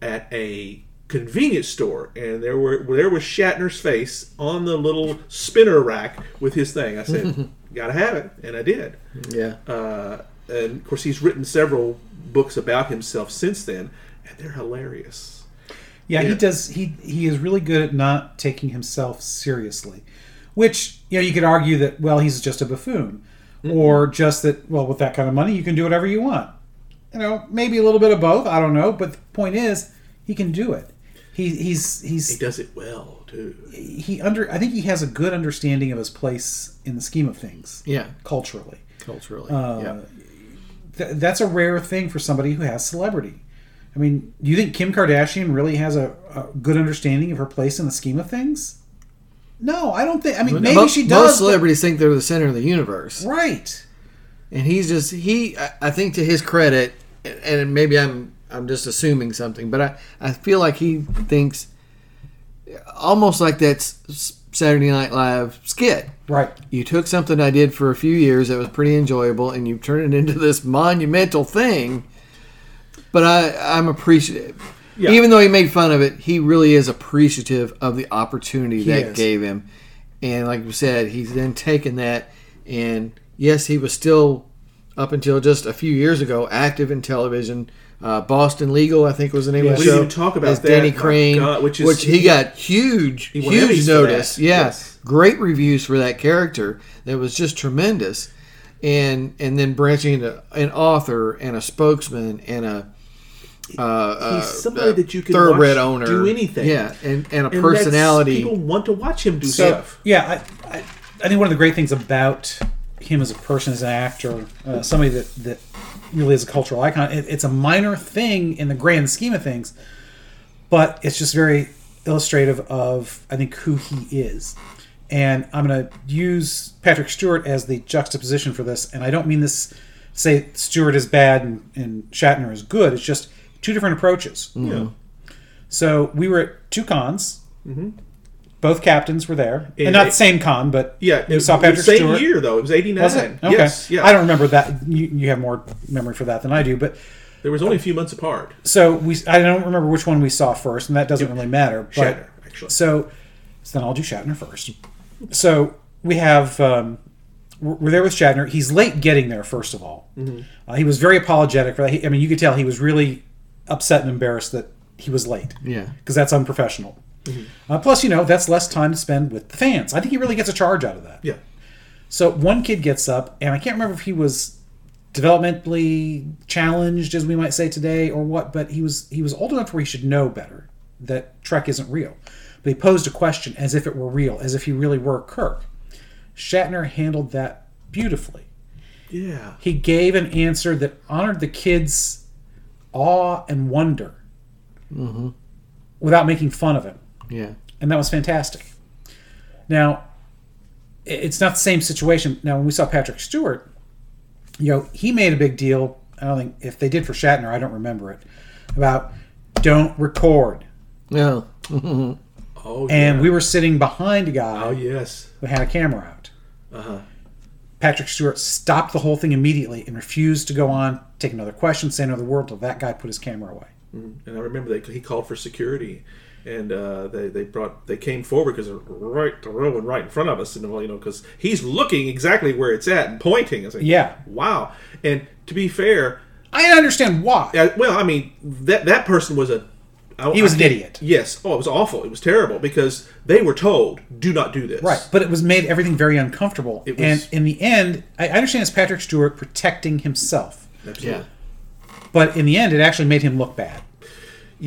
Speaker 3: at a convenience store, and there were there was Shatner's face on the little spinner rack with his thing. I said, "Gotta have it," and I did.
Speaker 1: Yeah.
Speaker 3: Uh, and of course, he's written several books about himself since then, and they're hilarious.
Speaker 2: Yeah, he
Speaker 3: Yeah.
Speaker 2: does. He he is really good at not taking himself seriously, which you know you could argue that well he's just a buffoon,
Speaker 3: Mm-hmm.
Speaker 2: or just that well with that kind of money you can do whatever you want. You know, maybe a little bit of both. I don't know, but the point is he can do it. He he's
Speaker 3: He
Speaker 2: he's
Speaker 3: does it well too.
Speaker 2: he under. I think he has a good understanding of his place in the scheme of things
Speaker 1: Yeah.
Speaker 2: culturally.
Speaker 1: Culturally. yeah.
Speaker 2: Uh, Th- that's a rare thing for somebody who has celebrity. I mean, do you think Kim Kardashian really has a, a good understanding of her place in the scheme of things? No, I don't think. I mean, maybe
Speaker 1: Mo-
Speaker 2: she does.
Speaker 1: Most
Speaker 2: but-
Speaker 1: celebrities think they're the center of the universe,
Speaker 2: right?
Speaker 1: and he's just he. I I think to his credit, and maybe I'm I'm just assuming something, but I I feel like he thinks almost like that's Saturday Night Live skit.
Speaker 2: Right.
Speaker 1: You took something I did for a few years that was pretty enjoyable, and you turned it into this monumental thing. But I I'm appreciative.
Speaker 3: Yeah.
Speaker 1: Even though he made fun of it, he really is appreciative of the opportunity that
Speaker 2: is.
Speaker 1: gave him. And like you said, he's then taken that and yes, he was still up until just a few years ago active in television. Uh, Boston Legal, I think was the name
Speaker 2: Yeah.
Speaker 1: of the
Speaker 2: We
Speaker 1: show.
Speaker 3: didn't even talk about
Speaker 1: as
Speaker 3: that.
Speaker 1: Danny
Speaker 3: My
Speaker 1: Crane,
Speaker 3: God,
Speaker 1: which,
Speaker 3: which is-
Speaker 1: he got huge,
Speaker 3: won Emmys
Speaker 1: huge
Speaker 3: for that.
Speaker 1: notice. Yeah,
Speaker 3: Yes.
Speaker 1: great reviews for that character. That was just tremendous. And and then branching into an author and a spokesman and a uh,
Speaker 3: He's
Speaker 1: uh,
Speaker 3: somebody that you can
Speaker 1: thoroughbred
Speaker 3: watch
Speaker 1: owner
Speaker 3: do anything.
Speaker 1: Yeah, and, and a
Speaker 3: And that's-
Speaker 1: personality.
Speaker 3: People want to watch him do
Speaker 2: So
Speaker 3: stuff.
Speaker 2: yeah, I, I, I think one of the great things about him as a person, as an actor, uh, somebody that that really is a cultural icon. It, it's a minor thing in the grand scheme of things, but it's just very illustrative of I think who he is. And I'm going to use Patrick Stewart as the juxtaposition for this. And I don't mean this say Stewart is bad and, and Shatner is good. It's just two different approaches.
Speaker 3: Yeah.
Speaker 2: So we were at two cons. Both captains were there, and,
Speaker 3: Mm-hmm. And
Speaker 2: not
Speaker 3: they-
Speaker 2: the same con, but
Speaker 3: Yeah,
Speaker 2: we saw Patrick
Speaker 3: same
Speaker 2: Stewart.
Speaker 3: year though. It was eighty nine.
Speaker 2: Was it? Okay.
Speaker 3: Yes, yeah.
Speaker 2: I don't remember that. You, you have more memory for that than I do, but
Speaker 3: There was only a few months apart.
Speaker 2: so we. I don't remember which one we saw first, and that doesn't really matter. But
Speaker 3: Shatner, actually.
Speaker 2: so, so then I'll do Shatner first. So we have um, we're we're there with Shatner. He's late getting there. First of all, uh, he was very apologetic for that. He, I mean, you could tell he was really upset and embarrassed that he was late.
Speaker 1: Yeah.
Speaker 2: because that's unprofessional. Uh, plus, you know, that's less time to spend with the fans. I think he really gets a charge out of that.
Speaker 3: Yeah.
Speaker 2: So one kid gets up, and I can't remember if he was developmentally challenged, as we might say today, or what, but he was he was old enough where he should know better that Trek isn't real. But he posed a question as if it were real, as if he really were Kirk. Shatner handled that beautifully.
Speaker 3: Yeah.
Speaker 2: He gave an answer that honored the kid's awe and wonder
Speaker 3: Mm-hmm.
Speaker 2: without making fun of him
Speaker 1: Yeah.
Speaker 2: and that was fantastic. Now, i- it's not the same situation. Now, when we saw Patrick Stewart, you know, he made a big deal. I don't think if they did for Shatner, I don't remember it about don't record.
Speaker 1: No.
Speaker 3: Oh,
Speaker 2: And
Speaker 3: yeah.
Speaker 2: we were sitting behind a guy
Speaker 3: Oh, yes.
Speaker 2: who had a camera out.
Speaker 3: Uh-huh.
Speaker 2: Patrick Stewart stopped the whole thing immediately and refused to go on, take another question, say another word till that guy put his camera away.
Speaker 3: And I remember they, he called for security, and uh, they they brought they came forward because right the Rowan right in front of us, and well, you know, because he's looking exactly where it's at and pointing. I was like,
Speaker 2: Yeah.
Speaker 3: wow. And to be fair,
Speaker 2: I understand why.
Speaker 3: I, well, I mean that that person was a I-
Speaker 2: He was
Speaker 3: I
Speaker 2: an
Speaker 3: can't-
Speaker 2: idiot.
Speaker 3: Yes. Oh, it was awful. It was terrible because they were told, "Do not do this."
Speaker 2: Right, but it was made everything very uncomfortable.
Speaker 3: It was-
Speaker 2: and in the end, I I understand it's Patrick Stewart protecting himself,
Speaker 3: Absolutely.
Speaker 1: Yeah.
Speaker 2: but in the end, it actually made him look bad.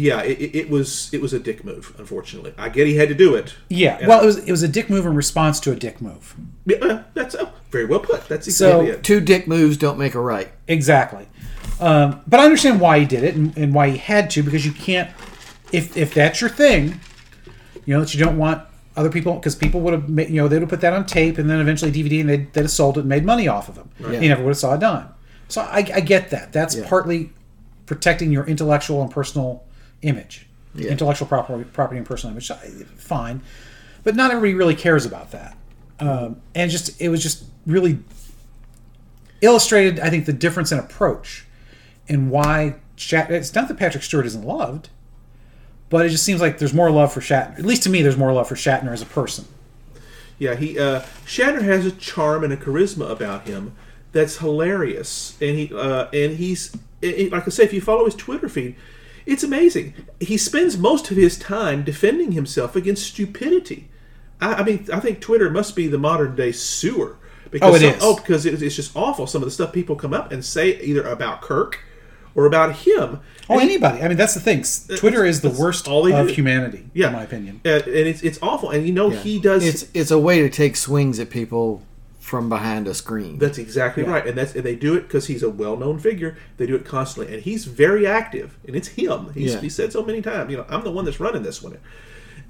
Speaker 3: Yeah. It, it- it was it was a dick move. Unfortunately, I get he had to do it.
Speaker 2: Yeah,
Speaker 3: And-
Speaker 2: well, it was it was a dick move in response to a dick move.
Speaker 3: Yeah, uh, that's uh, very well put. That's
Speaker 2: So-
Speaker 3: exactly it.
Speaker 1: Two dick moves don't make a right.
Speaker 2: Exactly, um, but I understand why he did it and, and why he had to because you can't if if that's your thing, you know that you don't want other people because people would have ma- you know they'd have put that on tape and then eventually DVD and they'd, they'd have sold it and made money off of them.
Speaker 1: Yeah.
Speaker 2: You never would have saw a dime. So I, I get that. That's
Speaker 1: Yeah.
Speaker 2: partly protecting your intellectual and personal image,
Speaker 1: Yeah.
Speaker 2: intellectual property, property and personal image. So, I- Fine, but not everybody really cares about that. Um, and just it was just really illustrated, I think, the difference in approach and why Shat- it's not that Patrick Stewart isn't loved, but it just seems like there's more love for Shatner. At least to me, there's more love for Shatner as a person.
Speaker 3: Yeah, he uh, Shatner has a charm and a charisma about him that's hilarious, and he uh, and he's and he- like I say, if you follow his Twitter feed, it's amazing. He spends most of his time defending himself against stupidity. I, I mean, I think Twitter must be the modern day sewer. Because
Speaker 2: Oh, it
Speaker 3: some-
Speaker 2: is.
Speaker 3: Oh, because it, it's just awful. Some of the stuff people come up and say either about Kirk or about him.
Speaker 2: Oh, anybody. I mean, that's the thing. S- Twitter is the
Speaker 3: that's
Speaker 2: worst
Speaker 3: all they
Speaker 2: of
Speaker 3: do.
Speaker 2: humanity,
Speaker 3: yeah,
Speaker 2: in my opinion.
Speaker 3: Uh, and it's it's awful. And you know he does.
Speaker 1: It's it's a way to take swings at people from behind a screen.
Speaker 3: That's exactly right, and that's and they do it because he's a well-known figure. They do it constantly, and he's very active, and it's him. He's,
Speaker 1: Yeah.
Speaker 3: He said so many times, you know, I'm the one that's running this one,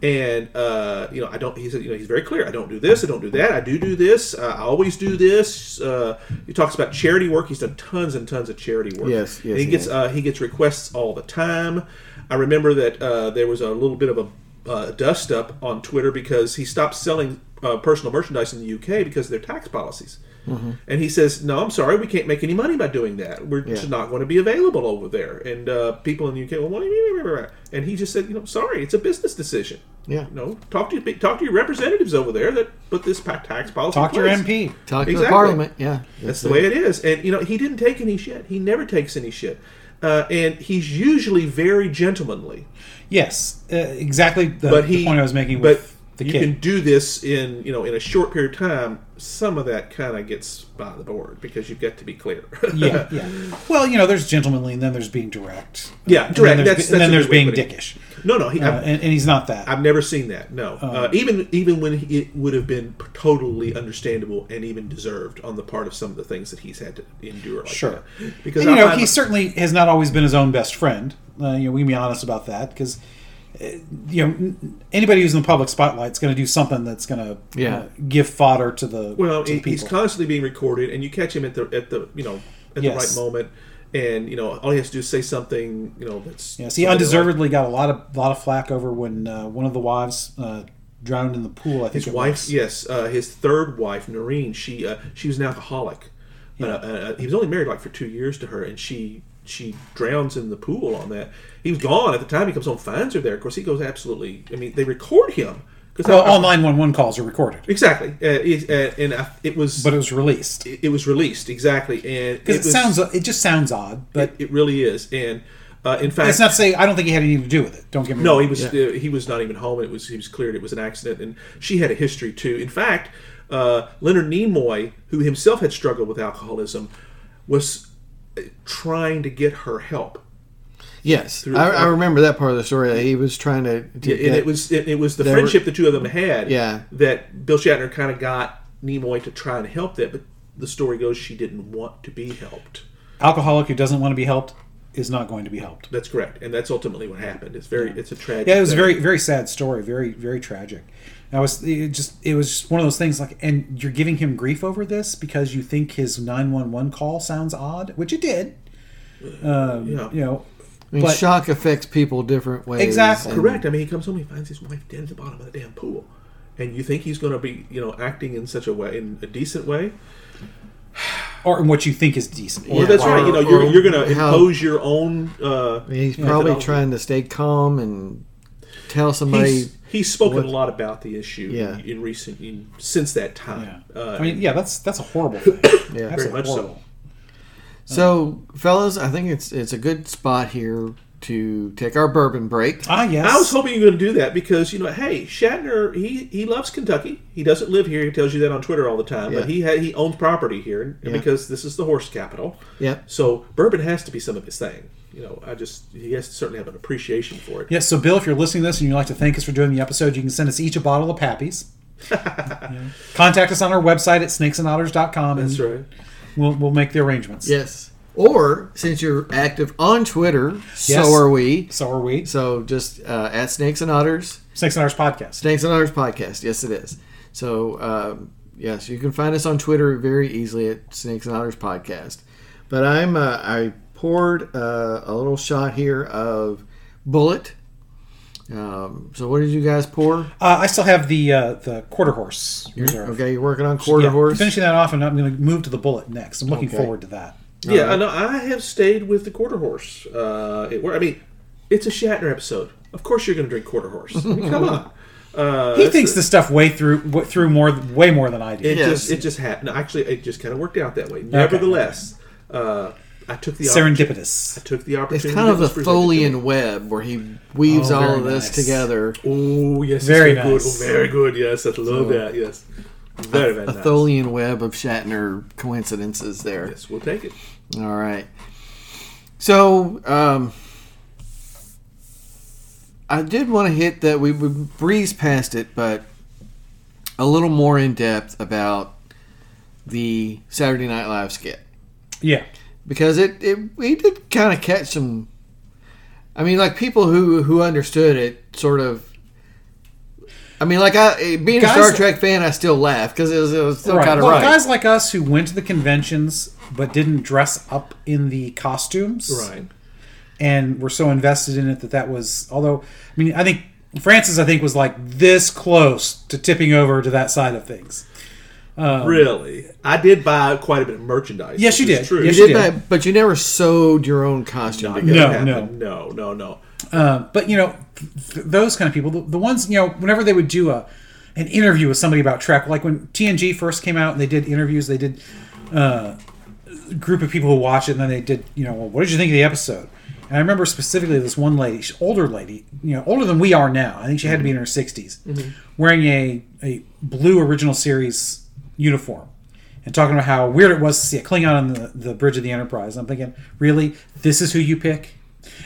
Speaker 3: and uh, you know, I don't. He said, you know, he's very clear. I don't do this. I don't do that. I do do this. Uh, I always do this. Uh, he talks about charity work. He's done tons and tons of charity work.
Speaker 1: Yes, yes,
Speaker 3: And he
Speaker 1: he
Speaker 3: gets
Speaker 1: has.
Speaker 3: uh, he gets requests all the time. I remember that uh, there was a little bit of a uh, dust up on Twitter because he stopped selling uh, personal merchandise in the UK because of their tax policies.
Speaker 1: Mm-hmm.
Speaker 3: And he says, "No, I'm sorry, we can't make any money by doing that. We're just not going to be available over there." And uh, people in the UK, well, what do you mean? And he just said, "You know, sorry, it's a business decision.
Speaker 1: Yeah.
Speaker 3: you know, talk to your, talk to your representatives over there that put this pa- tax policy.
Speaker 2: Talk
Speaker 3: in
Speaker 2: to your
Speaker 3: place."
Speaker 2: MP.
Speaker 1: Talk to the
Speaker 3: Exactly.
Speaker 1: parliament. Yeah.
Speaker 3: That's the way it is. And you know, he didn't take any shit. He never takes any shit. Uh, and he's usually very gentlemanly.
Speaker 2: Yes, uh, exactly the,
Speaker 3: But
Speaker 2: the
Speaker 3: he
Speaker 2: point I was making with
Speaker 3: but
Speaker 2: the
Speaker 3: you
Speaker 2: kid.
Speaker 3: can do this in you know in a short period of time. Some of that kind of gets by the board because you've got to be clear.
Speaker 2: yeah, yeah. Well, you know, there's gentlemanly, and then there's being direct.
Speaker 3: Yeah,
Speaker 2: and
Speaker 3: direct,
Speaker 2: Then there's,
Speaker 3: that's-
Speaker 2: and then
Speaker 3: that's a
Speaker 2: there's
Speaker 3: good way
Speaker 2: being
Speaker 3: to put it.
Speaker 2: dickish,
Speaker 3: no, no. He,
Speaker 2: uh,
Speaker 3: I've,
Speaker 2: and, and he's not that.
Speaker 3: I've never seen that. No. uh, even even when it would have been totally understandable and even deserved on the part of some of the things that he's had to endure. Like
Speaker 2: Sure.
Speaker 3: That. Because
Speaker 2: And, you
Speaker 3: I
Speaker 2: know,
Speaker 3: find-
Speaker 2: he certainly has not always been his own best friend. Uh, you know, we can be honest about that because you know n- anybody who's in the public spotlight is going to do something that's going to
Speaker 1: Yeah.
Speaker 2: give fodder to the
Speaker 3: Well,
Speaker 2: to the
Speaker 3: he- he's
Speaker 2: people.
Speaker 3: constantly being recorded, and you catch him at the at the you know at
Speaker 2: Yes.
Speaker 3: the right moment, and you know all he has to do is say something. You know that's
Speaker 2: Yes, he undeservedly got a lot of lot of flack over when uh, one of the wives uh, drowned in the pool. I think
Speaker 3: His
Speaker 2: it
Speaker 3: wife,
Speaker 2: was.
Speaker 3: yes, uh, his third wife, Noreen. She uh, she was an alcoholic. Uh, uh, he was only married like for two years to her, and she she drowns in the pool on that. He was gone at the time. He comes home, finds her there. Of course, he goes absolutely. I mean, they record him Because
Speaker 2: Well, all 911 calls are recorded,
Speaker 3: exactly, uh, it, uh, and I, it was
Speaker 2: but it was released.
Speaker 3: it, it was released exactly, and
Speaker 2: Because it,
Speaker 3: was-
Speaker 2: sounds, it just sounds odd, but
Speaker 3: it, it really is, and uh, in fact,
Speaker 2: it's not to say I don't think he had anything to do with it. Don't get me
Speaker 3: No,
Speaker 2: wrong.
Speaker 3: he was uh, he was not even home. It was he was cleared. It was an accident, and she had a history too. In fact, uh, Leonard Nimoy, who himself had struggled with alcoholism, was uh, trying to get her help,
Speaker 1: Yes, I, I remember that part of the story. That he was trying to. to
Speaker 3: and
Speaker 1: get-
Speaker 3: it was it, it was the
Speaker 1: They were-
Speaker 3: friendship the two of them had.
Speaker 1: Yeah.
Speaker 3: that Bill Shatner kind of got Nimoy to try and help that, but the story goes she didn't want to be helped.
Speaker 2: Alcoholic who doesn't want to be helped is not going to be helped.
Speaker 3: That's correct, and that's ultimately what happened. It's very it's a tragic.
Speaker 2: Yeah, it was a
Speaker 3: thing.
Speaker 2: very very sad story, very very tragic. And I was it just it was just one of those things like, and you're giving him grief over this because you think his nine one one call sounds odd, which it did. Um,
Speaker 3: Yeah.
Speaker 2: You know,
Speaker 1: I mean,
Speaker 2: but-
Speaker 1: shock affects people different ways.
Speaker 2: Exactly.
Speaker 1: and-
Speaker 3: Correct. I mean, he comes home, he finds his wife dead at the bottom of the damn pool, and you think he's going to be, you know, acting in such a way, in a decent way.
Speaker 2: or in what you think is decent.
Speaker 3: Well,
Speaker 1: Yeah.
Speaker 3: that's right. You know, you're,
Speaker 1: Or-
Speaker 3: you're going to
Speaker 1: how-
Speaker 3: impose your own. Uh,
Speaker 1: He's probably
Speaker 3: methodology.
Speaker 1: trying to stay calm and tell somebody.
Speaker 3: He's, uh, he's spoken
Speaker 1: what-
Speaker 3: a lot about the issue
Speaker 1: Yeah.
Speaker 3: in recent in, since that
Speaker 2: Yeah.
Speaker 3: time. Uh,
Speaker 2: I mean, yeah, that's that's a horrible thing.
Speaker 1: Yeah.
Speaker 2: that's
Speaker 3: Very much so.
Speaker 2: horrible.
Speaker 1: so, fellas, I think it's it's a good spot here to take our bourbon break.
Speaker 2: Ah, yes.
Speaker 3: I was hoping you were going to do that because you know, hey, Shatner, he he loves Kentucky. He doesn't live here. He tells you that on Twitter all the time.
Speaker 1: Yeah.
Speaker 3: But he had, he owns property here and
Speaker 1: Yeah.
Speaker 3: because this is the horse capital.
Speaker 1: Yeah.
Speaker 3: So bourbon has to be some of his thing. You know, I just he has to certainly have an appreciation for it.
Speaker 2: Yes, so Bill, if you're listening to this and you'd like to thank us for doing the episode, you can send us each a bottle of Pappy's. Yeah. Contact us on our website at snakesandotters.com and
Speaker 3: That's right.
Speaker 2: we'll, we'll make the arrangements.
Speaker 1: Yes. Or since you're active on Twitter,
Speaker 2: Yes.
Speaker 1: so are we.
Speaker 2: So are we.
Speaker 1: So just uh, at Snakes and Otters,
Speaker 2: Snakes and Otters Podcast.
Speaker 1: Snakes and Otters podcast. Yes, it is. So um, yes, you can find us on Twitter very easily at Snakes and Otters podcast. But I'm uh, I poured uh, a little shot here of Bullet. Um, so what did you guys pour?
Speaker 2: Uh, I still have the uh, the quarter horse reserve.
Speaker 1: Okay, you're working on quarter
Speaker 2: Yeah,
Speaker 1: horse.
Speaker 2: Finishing that off, and I'm going to move to the bullet next. I'm looking
Speaker 1: Okay.
Speaker 2: forward to that.
Speaker 3: Yeah, I know. I have stayed with the quarter horse. Uh, it, wor- I mean, it's a Shatner episode. Of course, you're going to drink quarter horse. I mean, come on. Uh,
Speaker 2: He
Speaker 3: that's
Speaker 2: thinks
Speaker 3: the-
Speaker 2: this stuff way through w- through more way more than I do.
Speaker 3: It
Speaker 1: Yes.
Speaker 3: just it just happened. Actually, it just kind of worked out that way. Nevertheless, uh, I took the opp-
Speaker 2: Serendipitous.
Speaker 3: took the opportunity.
Speaker 1: It's kind of
Speaker 3: that
Speaker 1: the
Speaker 3: was presented to me.
Speaker 1: Tholian web where he weaves
Speaker 2: Oh,
Speaker 1: all
Speaker 2: very
Speaker 1: of this
Speaker 2: nice.
Speaker 1: together.
Speaker 3: Oh yes,
Speaker 2: Very
Speaker 3: it's good.
Speaker 2: nice.
Speaker 3: Oh, very good. Yes, I love that. Yes, very very
Speaker 1: A
Speaker 3: nice.
Speaker 1: Tholian web of Shatner coincidences there.
Speaker 3: Yes, we'll take it.
Speaker 1: All right. So, um, I did want to hit that. We, we breezed past it, but a little more in depth about the Saturday Night Live skit
Speaker 2: Yeah.
Speaker 1: because it, it we did kind of catch some. I mean, like people who who understood it sort of. I mean, like I eh, being
Speaker 2: Guys-
Speaker 1: a Star Trek fan, I still laugh because it was, it was still
Speaker 2: Right.
Speaker 1: kind of
Speaker 2: Well,
Speaker 1: right.
Speaker 2: guys like us who went to the conventions but didn't dress up in the costumes,
Speaker 3: Right.
Speaker 2: and were so invested in it that that was. Although, I mean, I think Francis, I think, was like this close to tipping over to that side of things.
Speaker 3: really, I did buy quite a bit of
Speaker 2: Um,
Speaker 3: merchandise.
Speaker 2: Yes,
Speaker 3: which
Speaker 2: you
Speaker 3: is
Speaker 2: did.
Speaker 3: True.
Speaker 2: Yes,
Speaker 1: You
Speaker 2: She
Speaker 1: did
Speaker 2: did.
Speaker 1: that, but you never sewed your own costume together.
Speaker 2: No,
Speaker 3: It
Speaker 2: no.
Speaker 3: happened. no, no, no.
Speaker 2: Um, but you know, th- th- those kind of people, the, the ones you know, whenever they would do a an interview with somebody about Trek, like when TNG first came out and they did interviews, they did uh, a group of people who watch it, and then they did, you know, well, what did you think of the episode? And I remember specifically this one lady, she- older lady, you know, older than we are now. I think she had to be in her 60s,
Speaker 1: Mm-hmm.
Speaker 2: wearing a, a blue original series uniform and talking about how weird it was to see a Klingon on the, the bridge of the Enterprise. I'm thinking, really? This is who you pick?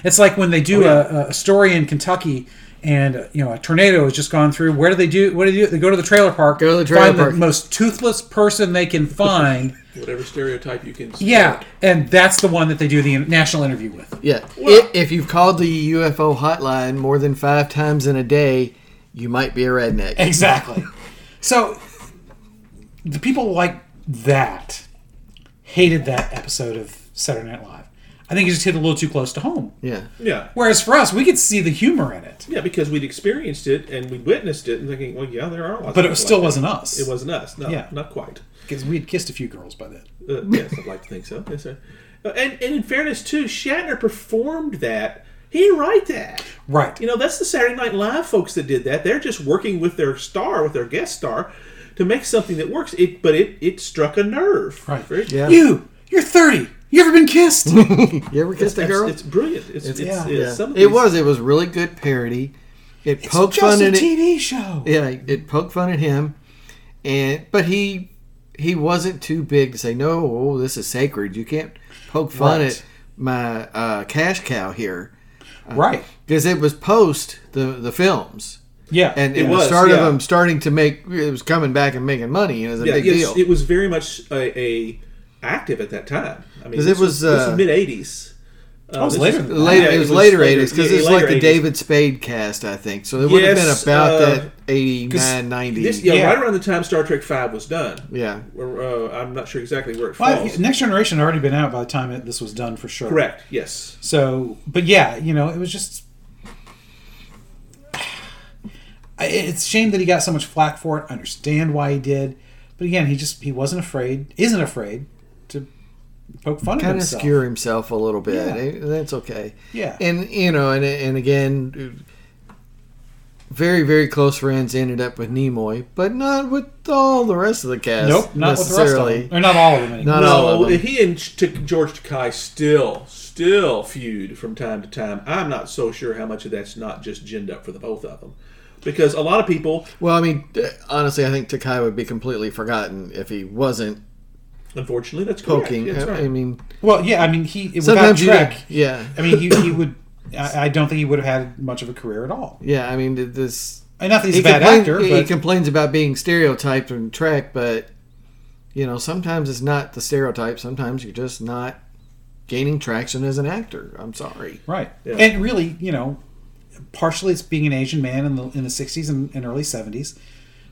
Speaker 2: It's like when they
Speaker 1: Oh,
Speaker 2: do a, a story in Kentucky and, uh, you know, a tornado has just gone through. Where do they do? What do they do? They go to the trailer park,
Speaker 1: Go to the trailer
Speaker 2: find
Speaker 1: park.
Speaker 2: the most toothless person they can find.
Speaker 3: Whatever stereotype you can.
Speaker 2: yeah. And that's the one that they do the national interview with.
Speaker 1: Yeah.
Speaker 3: Well-
Speaker 1: if, if you've called the UFO hotline more than five times in a day, you might be a redneck.
Speaker 2: Exactly. so the people like that hated that episode of Saturday Night Live. I think it just hit a little too close to home.
Speaker 1: Yeah.
Speaker 3: Yeah.
Speaker 2: Whereas for us, we could see the humor in it,
Speaker 3: Yeah, because we'd experienced it and we'd witnessed it and thinking, well, yeah, there are lots.
Speaker 2: but
Speaker 3: of
Speaker 2: it
Speaker 3: people
Speaker 2: still
Speaker 3: like
Speaker 2: wasn't us.
Speaker 3: that. It wasn't us. No,
Speaker 2: Yeah.
Speaker 3: not quite.
Speaker 2: because we had kissed a few girls by then.
Speaker 3: Uh, yes, I'd like to think so. Yes, sir. Uh, And, and in fairness, too, Shatner performed that He didn't write that.
Speaker 2: Right.
Speaker 3: You know, that's the Saturday Night Live folks that did that. They're just working with their star, with their guest star, to make something that works. It, but it, it struck a nerve.
Speaker 2: Right.
Speaker 3: Very-
Speaker 1: Yeah.
Speaker 2: You, you're 30. You ever been kissed?
Speaker 1: You ever kissed a
Speaker 3: It's,
Speaker 1: girl?
Speaker 3: it's brilliant. It's, it's,
Speaker 2: yeah.
Speaker 3: yeah.
Speaker 1: Yeah.
Speaker 3: some of
Speaker 1: It
Speaker 3: these-
Speaker 1: was. It was really good parody. It poked
Speaker 2: Just
Speaker 1: fun
Speaker 2: a
Speaker 1: at it.
Speaker 2: TV show.
Speaker 1: Yeah, it poked fun at him, and but he he wasn't too big to say no. Oh, this is sacred. You can't poke fun
Speaker 2: Right.
Speaker 1: at my uh, cash cow here
Speaker 2: Right.
Speaker 1: because it was post the the films
Speaker 2: Yeah.
Speaker 1: and
Speaker 3: It
Speaker 1: it was,
Speaker 3: was,
Speaker 1: start of
Speaker 3: yeah.
Speaker 1: them starting to make it was coming back and making money and it was a
Speaker 3: Yeah,
Speaker 1: big
Speaker 3: it's-
Speaker 1: deal.
Speaker 3: It was very much a, a active at that time. I mean,
Speaker 1: 'Cause it
Speaker 3: this
Speaker 1: was,
Speaker 3: this Uh,
Speaker 1: uh,
Speaker 3: mid '80s.
Speaker 2: Oh, it was later than that.
Speaker 1: Later,
Speaker 3: Yeah,
Speaker 1: it was later eighties
Speaker 3: Yeah,
Speaker 1: because it's
Speaker 3: later
Speaker 1: like the
Speaker 3: 80s.
Speaker 1: David Spade cast, I think. So it would
Speaker 3: Yes,
Speaker 1: have been about
Speaker 3: uh,
Speaker 1: that 89, 90.
Speaker 3: This, yeah,
Speaker 2: Yeah.
Speaker 3: right around the time Star Trek Five was done.
Speaker 1: yeah,
Speaker 3: Or, uh, I'm not sure exactly where it
Speaker 2: Well,
Speaker 3: falls.
Speaker 2: Next Generation had already been out by the time it, this was done for sure.
Speaker 3: Correct. Yes.
Speaker 2: So, but yeah, you know, it was just. I- It's a shame that he got so much flack for it. I understand why he did, but again, he just he wasn't afraid, isn't afraid to poke fun at
Speaker 1: kind of
Speaker 2: himself.
Speaker 1: skewer himself a little bit.
Speaker 2: Yeah.
Speaker 1: Eh, That's okay.
Speaker 2: Yeah,
Speaker 1: And you know, and and again, very very close friends ended up with Nimoy, but not with all the rest of the cast.
Speaker 2: nope, not with the rest of
Speaker 1: necessarily.
Speaker 2: them, or not all of them. Anymore.
Speaker 1: Not all of
Speaker 3: No,
Speaker 1: them.
Speaker 3: he and T- George Takai still, still feud from time to time. I'm not so sure how much of that's not just ginned up for the both of them, because a lot of people
Speaker 1: Well, I mean, eh, honestly, I think Takai would be completely forgotten if he wasn't
Speaker 3: Unfortunately, that's correct.
Speaker 1: poking. uh,
Speaker 3: Yeah, That's
Speaker 1: I-
Speaker 3: right.
Speaker 1: I mean,
Speaker 2: Well, yeah, I mean, he without
Speaker 1: sometimes you
Speaker 2: Trek,
Speaker 1: get- yeah,
Speaker 2: I mean, he, he would. I, I don't think he would have had much of a career at all.
Speaker 1: yeah. I mean, th- this
Speaker 2: And not that he's
Speaker 1: he
Speaker 2: a bad
Speaker 1: complain-
Speaker 2: actor,
Speaker 1: He
Speaker 2: but
Speaker 1: complains about being stereotyped in Trek, but you know, sometimes it's not the stereotype. Sometimes you're just not gaining traction as an actor. I'm sorry.
Speaker 2: Right.
Speaker 3: Yeah.
Speaker 2: And really, you know, partially it's being an Asian man in the in the sixties and, and early seventies.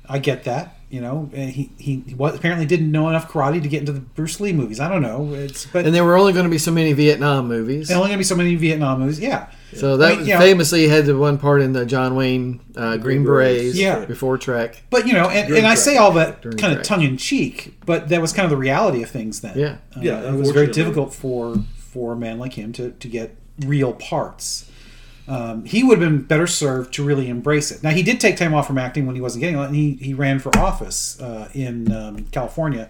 Speaker 2: I get that. You know, and he he, he was, apparently didn't know enough karate to get into the Bruce Lee movies. I don't know. It's but
Speaker 1: And there were only going to be so many Vietnam movies.
Speaker 2: there only gonna be so many Vietnam movies. Yeah.
Speaker 1: So that
Speaker 2: I mean, you know-
Speaker 1: famously had the one part in the John Wayne uh, Green
Speaker 3: Green Berets.
Speaker 1: Berets
Speaker 2: Yeah.
Speaker 1: before Trek.
Speaker 2: But you know, and,
Speaker 3: During
Speaker 2: and I
Speaker 3: track.
Speaker 2: say all that
Speaker 1: During
Speaker 2: kind of
Speaker 1: track.
Speaker 2: tongue in cheek, but that was kind of the reality of things then.
Speaker 1: Yeah.
Speaker 2: Uh,
Speaker 3: Yeah,
Speaker 2: it was very
Speaker 3: unfortunately.
Speaker 2: difficult for for a man like him to to get real parts. Um, he would have been better served to really embrace it. Now he did take time off from acting when he wasn't getting it, and he he ran for office uh, in um, California.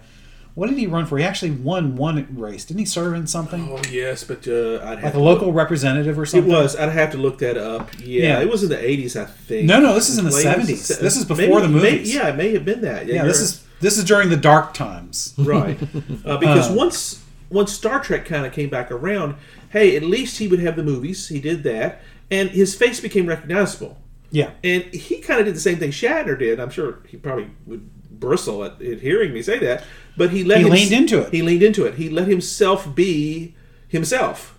Speaker 2: What did he run for? He actually won one race. Didn't he serve in something
Speaker 3: Oh yes, but uh, I'd have
Speaker 2: like a
Speaker 3: to
Speaker 2: local representative or
Speaker 3: Look. It
Speaker 2: something?
Speaker 3: was. I'd have to look that up. Yeah,
Speaker 2: Yeah.
Speaker 3: it was in the '80s, I think.
Speaker 2: No, no, this is in the
Speaker 3: Late
Speaker 2: 70s.
Speaker 3: se-
Speaker 2: This is before the
Speaker 3: may-
Speaker 2: movies.
Speaker 3: yeah, it may have been that.
Speaker 2: Yeah, this
Speaker 3: you're-
Speaker 2: is this is during the dark times.
Speaker 3: right uh, because
Speaker 2: Uh,
Speaker 3: once once star trek kind of came back around hey at least he would have the movies he did that and his face became recognizable
Speaker 2: Yeah.
Speaker 3: and he kind of did the same thing shatner did i'm sure he probably would bristle at, at hearing me say that but he let
Speaker 2: He
Speaker 3: hims-
Speaker 2: leaned into it.
Speaker 3: he leaned into it he let himself be himself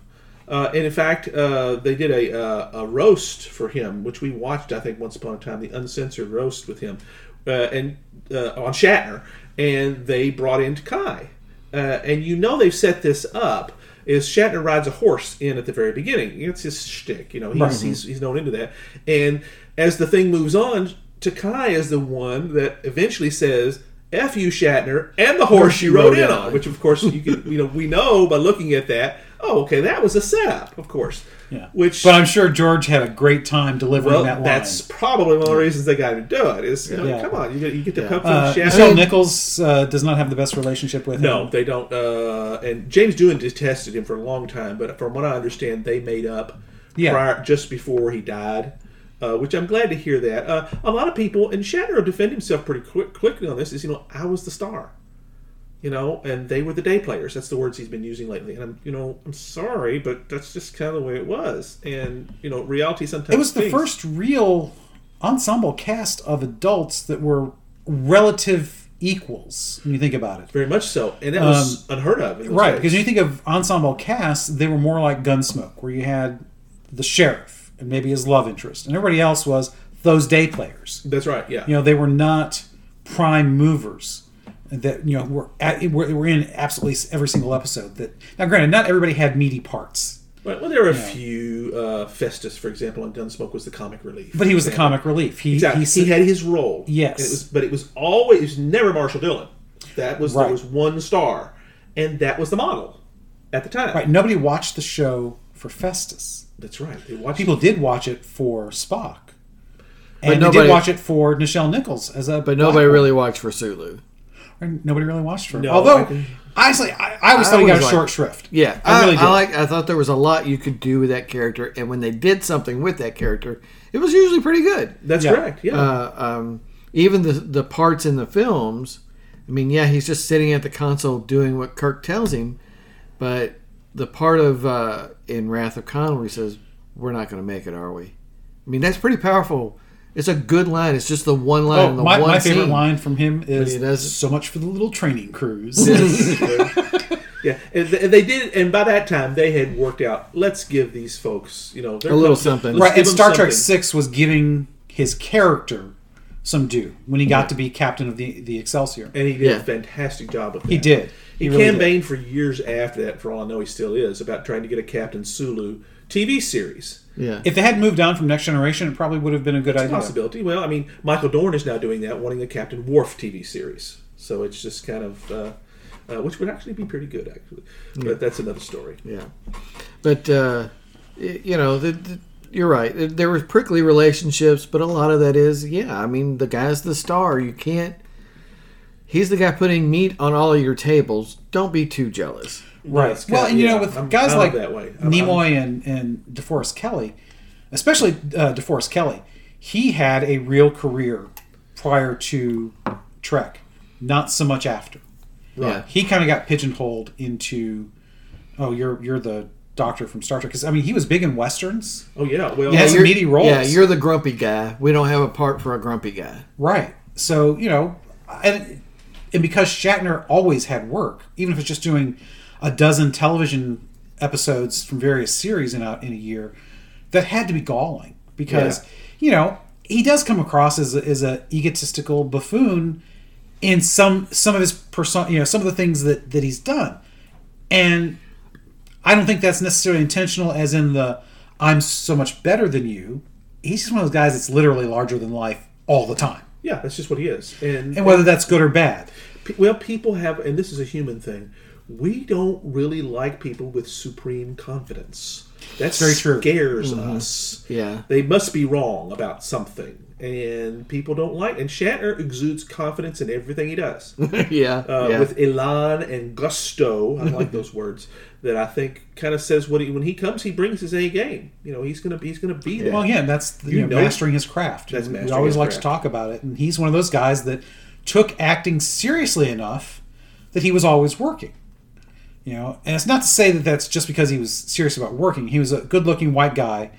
Speaker 3: uh, and in fact, uh, they did a, uh, a roast for him, which we watched, I think, once upon a time, the uncensored roast with him, uh, and uh, on Shatner, and they brought in Kai, uh, and you know they've set this up. Is Shatner rides a horse in at the very beginning? It's his shtick, you know. He's, he's he's known into that, and as the thing moves on, Takai is the one that eventually says. F you Shatner and the horse you rode in on, which of course you can, you know we know by looking at that. Oh, okay, that was a setup, of course.
Speaker 2: Yeah.
Speaker 3: Which
Speaker 2: But I'm sure George had a great time delivering
Speaker 3: well,
Speaker 2: that line.
Speaker 3: that's probably one of the reasons they got him to do it. Is you know,
Speaker 2: Yeah.
Speaker 3: come on, you get, you get to come from
Speaker 2: Uh,
Speaker 3: Shatner.
Speaker 2: Michelle Nichols uh, does not have the best relationship with
Speaker 3: No,
Speaker 2: him.
Speaker 3: they don't. Uh, and James Doohan detested him for a long time, but from what I understand, they made up
Speaker 2: Yeah.
Speaker 3: prior just before he died, uh, which I'm glad to hear that. Uh, a lot of people, and Shatner will defend himself pretty quick, quickly on this, is, you know, I was the star. You know, and they were the day players. That's the words he's been using lately. And I'm, you know, I'm sorry, but that's just kind of the way it was. And you know, reality sometimes
Speaker 2: It was the
Speaker 3: speaks.
Speaker 2: first real ensemble cast of adults that were relative equals when you think about it.
Speaker 3: very much so, and that was unheard of, in those
Speaker 2: Um, Right,
Speaker 3: days.
Speaker 2: because you think of ensemble casts, they were more like Gunsmoke, where you had the sheriff and maybe his love interest, and everybody else was those day players.
Speaker 3: That's right. Yeah.
Speaker 2: You know, they were not prime movers that you know were at, were, were in absolutely every single episode. That now, granted, not everybody had meaty parts.
Speaker 3: Right. Well, there are a few. Uh, Festus, for example, on Gunsmoke was the comic relief.
Speaker 2: But he was the
Speaker 3: Yeah.
Speaker 2: comic relief. He,
Speaker 3: Exactly.
Speaker 2: he,
Speaker 3: He, had his role.
Speaker 2: Yes.
Speaker 3: And it was, but it was always it was never Marshall Dillon. That was
Speaker 2: Right.
Speaker 3: there was one star, and that was the model at the time.
Speaker 2: right. Nobody watched the show for Festus.
Speaker 3: That's right. They watched
Speaker 2: People did watch it for Spock,
Speaker 1: But
Speaker 2: and they
Speaker 1: nobody-
Speaker 2: did watch it for Nichelle Nichols as a.
Speaker 1: But nobody
Speaker 2: black
Speaker 1: really watched for Sulu.
Speaker 2: woman. nobody really watched her.
Speaker 3: No, I
Speaker 2: Although,
Speaker 3: can-
Speaker 2: honestly, I, I always
Speaker 1: I
Speaker 2: thought he got a
Speaker 1: always
Speaker 2: short shrift.
Speaker 1: Yeah,
Speaker 2: I
Speaker 1: I,
Speaker 2: really
Speaker 1: I
Speaker 2: did.
Speaker 1: like. I thought there was a lot you could do with that character, and when they did something with that character, it was usually pretty good.
Speaker 3: That's
Speaker 2: Yeah.
Speaker 3: correct. Yeah.
Speaker 1: Uh, um, even the the parts in the films, I mean, yeah, he's just sitting at the console doing what Kirk tells him, but the part of uh, in Wrath of Khan where he says, "We're not going to make it, are we?" I mean, that's pretty powerful. It's a good line. It's just the one line.
Speaker 2: Oh,
Speaker 1: in the
Speaker 2: my,
Speaker 1: one
Speaker 2: my favorite
Speaker 1: scene.
Speaker 2: line from him is
Speaker 1: he does-
Speaker 2: "So much for the little training cruise."
Speaker 3: yeah, and th- and they did, and by that time they had worked out. Let's give these folks, you know,
Speaker 1: A little something.
Speaker 2: right, and Star Trek Six was giving his character some due when he got to be captain of the the Excelsior.
Speaker 3: and he did
Speaker 1: Yeah.
Speaker 3: a fantastic job of that.
Speaker 2: He did.
Speaker 3: He,
Speaker 2: really did.
Speaker 3: campaigned for years after that. For all I know, he still is about trying to get a Captain Sulu TV series.
Speaker 1: Yeah.
Speaker 2: If they had moved on from Next Generation, it probably would have been a good idea.
Speaker 3: Possibility. Well, I mean, Michael Dorn is now doing that, wanting a Captain Worf TV series. So it's just kind of, uh, uh, which would actually be pretty good, actually. But that's another story.
Speaker 1: Yeah, but uh, y- you know, the, the, you're right. There- There were prickly relationships, but a lot of that is, yeah. I mean, the guy's the star. You can't. He's the guy putting meat on all of your tables. Don't be too jealous.
Speaker 2: Right.
Speaker 3: Yes,
Speaker 2: well,
Speaker 3: kinda,
Speaker 2: and you know,
Speaker 3: yeah.
Speaker 2: with
Speaker 3: I'm-
Speaker 2: guys
Speaker 3: I'm
Speaker 2: like
Speaker 3: that way. I'm-
Speaker 2: Nimoy and and DeForest Kelly, especially uh, DeForest Kelly, he had a real career prior to Trek, not so much after.
Speaker 1: Yeah.
Speaker 2: He kind of got pigeonholed into, oh, you're you're the doctor from Star Trek because I mean he was big in westerns,
Speaker 3: Oh yeah. Well,
Speaker 2: Yeah,
Speaker 3: uh,
Speaker 2: That's
Speaker 1: you're-
Speaker 2: meaty roles.
Speaker 1: Yeah, you're the grumpy guy. We don't have a part for a grumpy guy.
Speaker 2: right? So you know, and and because Shatner always had work, even if it's just doing a dozen television episodes from various series in a, in a year, that had to be galling because you know he does come across as a, as a egotistical buffoon in some some of his persona, you know, some of the things that that he's done, and I don't think that's necessarily intentional, as in the I'm so much better than you. He's just one of those guys that's literally larger than life all the time,
Speaker 3: yeah. That's just what he is. And,
Speaker 2: and whether that's good or bad.
Speaker 3: P- Well, people have, and this is a human thing. We don't really like people with supreme confidence. That's
Speaker 2: Very true.
Speaker 3: Scares us.
Speaker 1: Yeah.
Speaker 3: they must be wrong about something, and people don't like. And Shatner exudes confidence in everything he does, uh,
Speaker 1: yeah. yeah.
Speaker 3: with elan and gusto. I like those words. That I think kind of says what he when he comes, he brings his A game. You know, he's gonna he's gonna be there.
Speaker 2: Well, yeah, that's the, you
Speaker 3: You
Speaker 2: know,
Speaker 3: know-
Speaker 2: mastering his craft.
Speaker 3: That's
Speaker 2: We- we
Speaker 3: mastering
Speaker 2: always
Speaker 3: his
Speaker 2: like to
Speaker 3: craft.
Speaker 2: talk about it, and he's one of those guys that took acting seriously enough that he was always working. You know, and it's not to say that that's just because he was serious about working. He was a good-looking white guy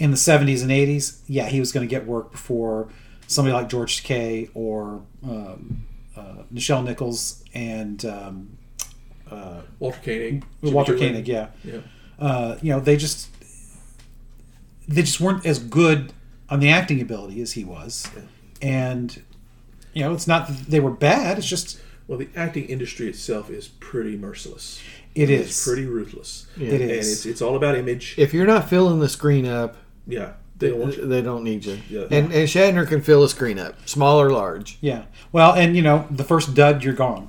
Speaker 2: in the '70s and '80s. Yeah, he was going to get work before somebody like George Takei or um, uh, Nichelle Nichols and um,
Speaker 3: Walter Koenig,
Speaker 2: Walter
Speaker 3: Jimmy
Speaker 2: Koenig. Yeah,
Speaker 3: Doolin.
Speaker 2: uh, you know, they just they just weren't as good on the acting ability as he was, and you know, it's not that they were bad. It's just
Speaker 3: Well, the acting industry itself is pretty merciless.
Speaker 2: it is
Speaker 3: It's pretty ruthless.
Speaker 2: It
Speaker 3: And
Speaker 2: is.
Speaker 3: it's, it's all about image.
Speaker 1: if you're not filling the screen up,
Speaker 3: Yeah, they don't want you.
Speaker 1: they don't need you.
Speaker 3: Yeah.
Speaker 1: And and Shatner can fill a screen up, small or large.
Speaker 2: yeah. Well, and you know, the first dud, you're gone.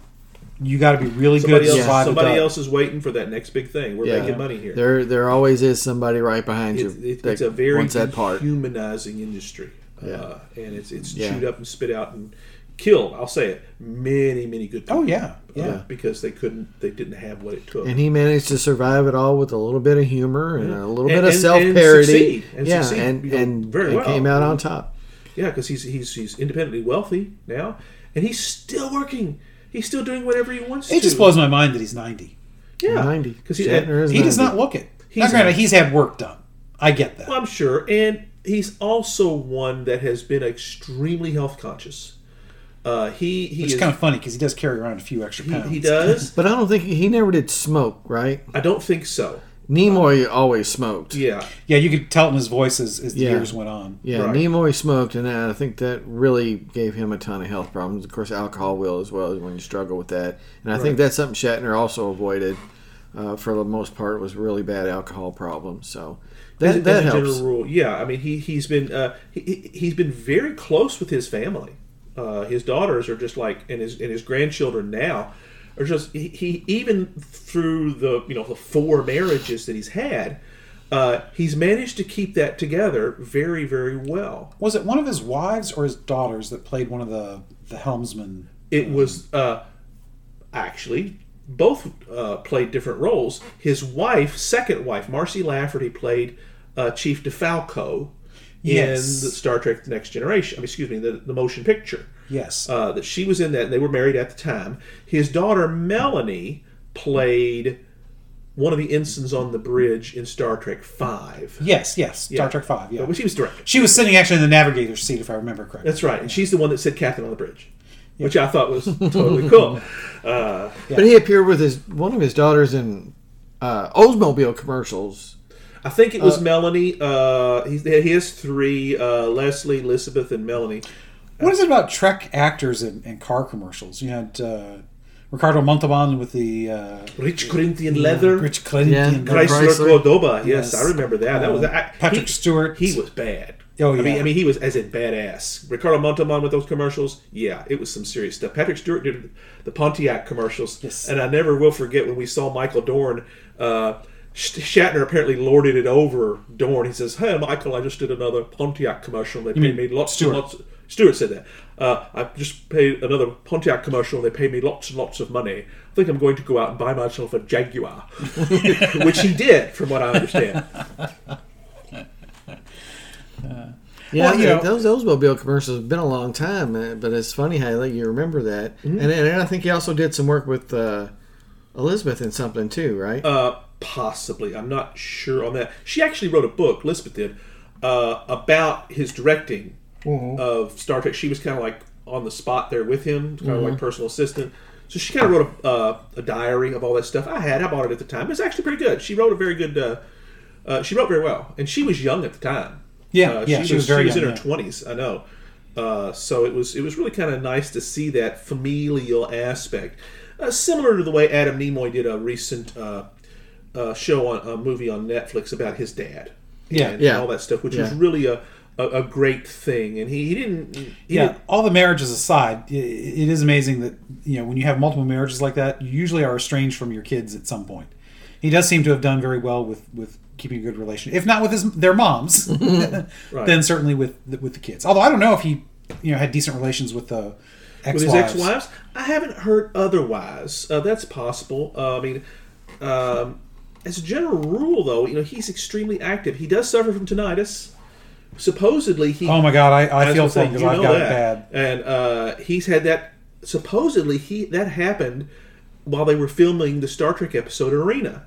Speaker 2: You got to be really
Speaker 3: Somebody,
Speaker 2: good to
Speaker 3: else,
Speaker 2: survive a
Speaker 3: somebody
Speaker 2: dud.
Speaker 3: else is waiting for that next big thing. We're
Speaker 1: Yeah.
Speaker 3: making money here.
Speaker 1: There there always is somebody right behind
Speaker 3: it's,
Speaker 1: you.
Speaker 3: it's,
Speaker 1: that
Speaker 3: it's a very
Speaker 1: wants that part.
Speaker 3: humanizing industry,
Speaker 1: Yeah.
Speaker 3: uh, and it's it's
Speaker 1: Yeah.
Speaker 3: chewed up and spit out and killed. I'll say it. Many many good. People,
Speaker 2: Oh yeah, yeah.
Speaker 3: uh, because they couldn't. They didn't have what it took.
Speaker 1: and he managed to survive it all with a little bit of humor and a little
Speaker 3: And-
Speaker 1: bit of
Speaker 3: and- and
Speaker 1: self
Speaker 3: succeed,
Speaker 1: parody.
Speaker 3: and
Speaker 1: yeah,
Speaker 3: succeed,
Speaker 1: and
Speaker 3: you know,
Speaker 1: and,
Speaker 3: very
Speaker 1: and
Speaker 3: well.
Speaker 1: came out on top.
Speaker 3: yeah, because he's he's he's independently wealthy now, and he's still working. He's still doing whatever he wants.
Speaker 2: It
Speaker 3: to.
Speaker 2: just blows my mind that he's ninety.
Speaker 3: yeah,
Speaker 1: Ninety
Speaker 3: because he
Speaker 1: Shatner is
Speaker 2: He does
Speaker 1: 90.
Speaker 2: not look it. Now,
Speaker 3: He's-
Speaker 2: granted, he's had work done. I get that.
Speaker 3: Well, I'm sure, and he's also one that has been extremely health conscious. Uh, he he
Speaker 2: Which
Speaker 3: is,
Speaker 2: is kind of funny because he does carry around a few extra
Speaker 3: he,
Speaker 2: pounds.
Speaker 3: he does.
Speaker 1: But I don't think he never did smoke. Right?
Speaker 3: I don't think so.
Speaker 1: Nimoy always smoked. Yeah,
Speaker 3: Yeah,
Speaker 2: Yeah, you could tell it in his voice as, as the
Speaker 1: Yeah.
Speaker 2: years went on.
Speaker 3: Right.
Speaker 1: Nimoy smoked, and I think that really gave him a ton of health problems. Of course, alcohol will as well when you struggle with that. And I think that's something Shatner also avoided. Uh, for the most part, was really bad alcohol problems. So
Speaker 3: As a-
Speaker 1: that, that
Speaker 3: as a
Speaker 1: helps.
Speaker 3: general rule. Yeah, I mean he he's been uh, he- he he's been very close with his family. Uh, his daughters are just like and his and his grandchildren now are just he, he even through the you know the four marriages that he's had. Uh, he's managed to keep that together very, very well.
Speaker 2: Was it one of his wives or his daughters that played one of the the helmsmen?
Speaker 3: It was uh, actually both uh, played different roles. His wife, second wife, Marcy Lafferty, played uh, Chief DeFalco
Speaker 2: Yes.
Speaker 3: in the Star Trek: The Next Generation. I mean, excuse me, the, the motion picture.
Speaker 2: Yes.
Speaker 3: uh, that she was in that, and they were married at the time. His daughter Melanie played one of the ensigns on the bridge in Star Trek Five,
Speaker 2: yes. Yes.
Speaker 3: yeah.
Speaker 2: Star Trek Five. Yeah.
Speaker 3: which he was directing.
Speaker 2: She was sitting actually in the navigator's seat, if I remember correctly.
Speaker 3: That's right, and she's the one that said "Captain" on the bridge, which I thought was totally cool. Uh,
Speaker 1: But he appeared with his one of his daughters in uh, Oldsmobile commercials.
Speaker 3: I think it was Melanie. Uh, he, he has three: uh, Leslie, Elizabeth, and Melanie.
Speaker 2: What is it about Trek actors and, and car commercials? You had uh, Ricardo Montalban with the uh,
Speaker 3: Rich Corinthian leather.
Speaker 2: Rich Clinton.
Speaker 1: Yeah.
Speaker 3: Chrysler,
Speaker 1: Chrysler.
Speaker 3: Cordoba. Yes,
Speaker 2: Yes.
Speaker 3: I remember that. That was
Speaker 2: Uh,
Speaker 3: I,
Speaker 2: Patrick
Speaker 3: he-
Speaker 2: Stewart.
Speaker 3: He was bad.
Speaker 2: Oh,
Speaker 3: I mean,
Speaker 2: yeah.
Speaker 3: I mean, he was as in badass. Ricardo Montalban with those commercials. Yeah, it was some serious stuff. Patrick Stewart did the Pontiac commercials.
Speaker 2: Yes.
Speaker 3: And I never will forget when we saw Michael Dorn. Uh, Sh- Shatner apparently lorded it over Dorn. He says, "Hey, Michael, I just did another Pontiac commercial. They paid
Speaker 2: mean
Speaker 3: me lots
Speaker 2: Stewart.
Speaker 3: and lots." Stewart said that. Uh, I just paid another Pontiac commercial. and They paid me lots and lots of money. I think I'm going to go out and buy myself a Jaguar, which he did, from what I understand.
Speaker 1: Yeah,
Speaker 2: Well, you
Speaker 1: th-
Speaker 2: know-
Speaker 1: those Oldsmobile commercials have been a long time, uh, but it's funny how like, you remember that. And, and I think he also did some work with uh, Elizabeth in something too, right?
Speaker 3: Uh, possibly. I'm not sure on that. She actually wrote a book, Lisbeth did, uh, about his directing of Star Trek. She was kind of like on the spot there with him, kind of like personal assistant. So she kind of wrote a, uh, a diary of all that stuff. I had, I bought it at the time. It was actually pretty good. She wrote a very good. Uh, uh, she wrote very well, and she was young at the time.
Speaker 2: Yeah,
Speaker 3: Uh,
Speaker 2: yeah, she was very
Speaker 3: she was in
Speaker 2: young,
Speaker 3: her
Speaker 2: yeah.
Speaker 3: twenties. I know. Uh, so it was it was really kind of nice to see that familial aspect, uh, similar to the way Adam Nimoy did a recent uh, uh, show on a movie on Netflix about his dad.
Speaker 2: Yeah.
Speaker 3: and
Speaker 1: Yeah.
Speaker 3: all that stuff, which was
Speaker 1: Yeah.
Speaker 3: really a, a a great thing. And he, he didn't. He
Speaker 2: yeah,
Speaker 3: didn't-
Speaker 2: all the marriages aside, i- it is amazing that you know when you have multiple marriages like that, you usually are estranged from your kids at some point. He does seem to have done very well with with keeping a good relation, if not with his their moms, then certainly with the, with the kids. Although I don't know if he you know had decent relations with the
Speaker 3: with
Speaker 2: ex
Speaker 3: his
Speaker 2: wives.
Speaker 3: ex-wives. I haven't heard otherwise. Uh, that's possible. Uh, I mean, um, as a general rule, though, you know, he's extremely active. He does suffer from tinnitus. Supposedly, he.
Speaker 2: Oh my god, I, I feel
Speaker 3: was gonna
Speaker 2: for
Speaker 3: say,
Speaker 2: him because
Speaker 3: you
Speaker 2: I've
Speaker 3: know
Speaker 2: got it bad.
Speaker 3: that. And uh, he's had that. Supposedly, he that happened while they were filming the Star Trek episode Arena.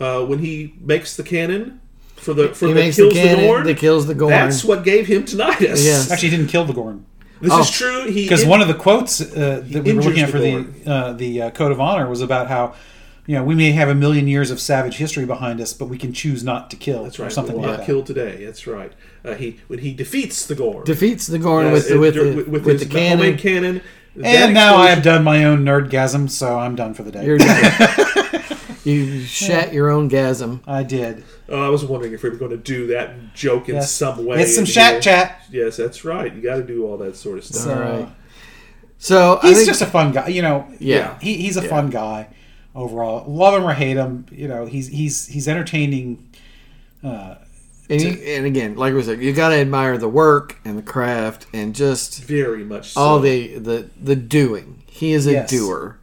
Speaker 3: Uh, when he makes the cannon for the for
Speaker 1: He
Speaker 3: the
Speaker 1: makes the
Speaker 3: kills
Speaker 1: cannon
Speaker 3: Gorn,
Speaker 1: that kills the Gorn.
Speaker 3: That's what gave him tinnitus.
Speaker 1: Yes.
Speaker 2: Actually, he didn't kill the Gorn.
Speaker 3: this
Speaker 1: Oh.
Speaker 3: is true. He
Speaker 2: because
Speaker 3: in-
Speaker 2: one of the quotes uh, that we were
Speaker 3: injures
Speaker 2: looking at
Speaker 3: the
Speaker 2: for the uh, the uh, code of honor was about how you know we may have a million years of savage history behind us, but we can choose not to kill
Speaker 3: That's right.
Speaker 2: or something
Speaker 3: will
Speaker 2: like
Speaker 3: not
Speaker 2: that.
Speaker 3: killed today. That's right. Uh, he when he defeats the Gorn
Speaker 1: Defeats the Gorn
Speaker 3: uh,
Speaker 1: with the with,
Speaker 3: dur-
Speaker 1: the, with, the
Speaker 3: his homemade
Speaker 1: cannon.
Speaker 3: cannon.
Speaker 2: And now I have
Speaker 3: done.
Speaker 2: done my own nerdgasm, so I'm done for the day.
Speaker 1: You're just- you shat your own gasm.
Speaker 2: I did.
Speaker 3: Oh, I was wondering if we were going to do that joke in
Speaker 2: Yes.
Speaker 3: some way.
Speaker 2: It's some
Speaker 3: in
Speaker 2: chat
Speaker 3: here.
Speaker 2: chat.
Speaker 3: Yes, that's right. You got to do all that sort of stuff.
Speaker 2: So,
Speaker 1: All right. So I
Speaker 2: He's
Speaker 1: think,
Speaker 2: just a fun guy, you know.
Speaker 1: Yeah.
Speaker 2: he, he's a fun guy overall. Love him or hate him, you know. He's he's he's entertaining.
Speaker 1: and, you- and again, like we said, you got to admire the work and the craft and just
Speaker 3: Very much. So.
Speaker 1: all the the the doing. He is a
Speaker 2: Yes.
Speaker 1: doer.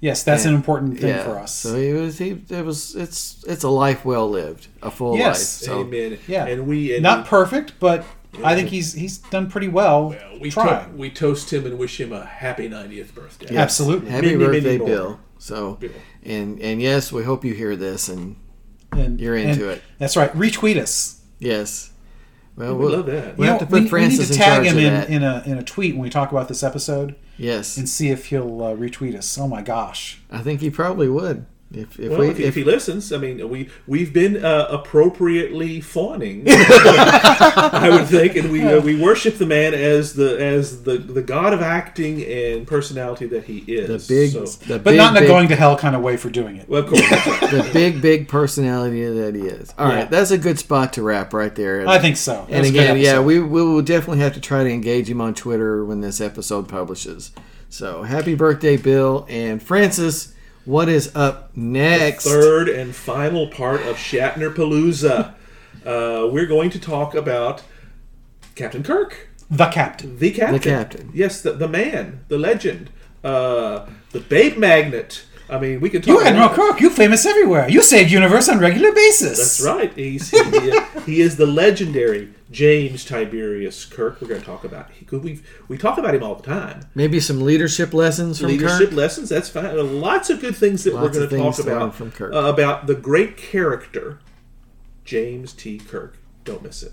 Speaker 2: Yes, that's an important thing
Speaker 1: yeah.
Speaker 2: for us.
Speaker 1: So he was. He it was. It's it's a life well lived, a full
Speaker 2: Yes.
Speaker 1: life. So
Speaker 3: Amen.
Speaker 2: Yeah.
Speaker 3: And we and
Speaker 2: Not perfect, but I think he's he's done pretty well.
Speaker 3: we, we,
Speaker 2: trying.
Speaker 3: to- we toast him and wish him a happy 90th birthday.
Speaker 1: yes.
Speaker 2: Absolutely.
Speaker 1: happy
Speaker 3: Many, many
Speaker 1: birthday,
Speaker 3: more.
Speaker 1: Bill. So
Speaker 3: Bill.
Speaker 1: and and yes, we hope you hear this and
Speaker 2: and
Speaker 1: You're into it.
Speaker 2: That's right. Retweet us.
Speaker 1: yes. Well,
Speaker 3: We
Speaker 1: we'll
Speaker 3: love that.
Speaker 1: We
Speaker 2: You
Speaker 1: have
Speaker 2: know,
Speaker 1: to put Francis
Speaker 2: need to
Speaker 1: in
Speaker 2: tag
Speaker 1: charge
Speaker 2: him
Speaker 1: of
Speaker 2: in,
Speaker 1: that.
Speaker 2: in a in a tweet when we talk about this episode
Speaker 1: yes.
Speaker 2: and see if he'll uh, retweet us. Oh my gosh!
Speaker 1: I think he probably would. If if
Speaker 3: Well,
Speaker 1: we
Speaker 3: if, he-
Speaker 1: if,
Speaker 3: if he listens, I mean, we we've been uh, appropriately fawning, I would think, and we uh, we worship the man as the as the the god of acting and personality that he
Speaker 1: the
Speaker 3: is.
Speaker 1: big
Speaker 3: So-
Speaker 1: the
Speaker 2: But
Speaker 1: big,
Speaker 2: not in a
Speaker 1: big,
Speaker 2: going to hell kind of way for doing it.
Speaker 3: well, of course, that's right.
Speaker 1: the big big personality that he is. All right,
Speaker 2: Yeah.
Speaker 1: that's a good spot to wrap right there.
Speaker 2: I think so. That
Speaker 1: And
Speaker 2: was a good
Speaker 1: again, yeah,
Speaker 2: episode.
Speaker 1: we, we will definitely have to try to engage him on Twitter when this episode publishes. So happy birthday, Bill and Francis. What is up next?
Speaker 3: Third and final part of Shatner Palooza. uh, we're going to talk about Captain Kirk,
Speaker 2: The Captain.
Speaker 3: the captain.
Speaker 1: captain.
Speaker 3: Yes, the, the man, the legend, uh, the babe magnet. I mean, we can talk.
Speaker 2: You Admiral
Speaker 3: about-
Speaker 2: Kirk, you famous everywhere. You save universe on regular basis.
Speaker 3: That's right. He's, he, he is the legendary James Tiberius Kirk. We're going to talk about. He, we we talk about him all the time.
Speaker 1: Maybe some leadership lessons from
Speaker 3: leadership
Speaker 1: Kirk.
Speaker 3: lessons. That's fine. Uh, Lots of good things that
Speaker 1: Lots
Speaker 3: we're
Speaker 1: of
Speaker 3: going to
Speaker 1: things
Speaker 3: talk
Speaker 1: to learn
Speaker 3: about
Speaker 1: from Kirk.
Speaker 3: uh, about the great character James T. Kirk. Don't miss it.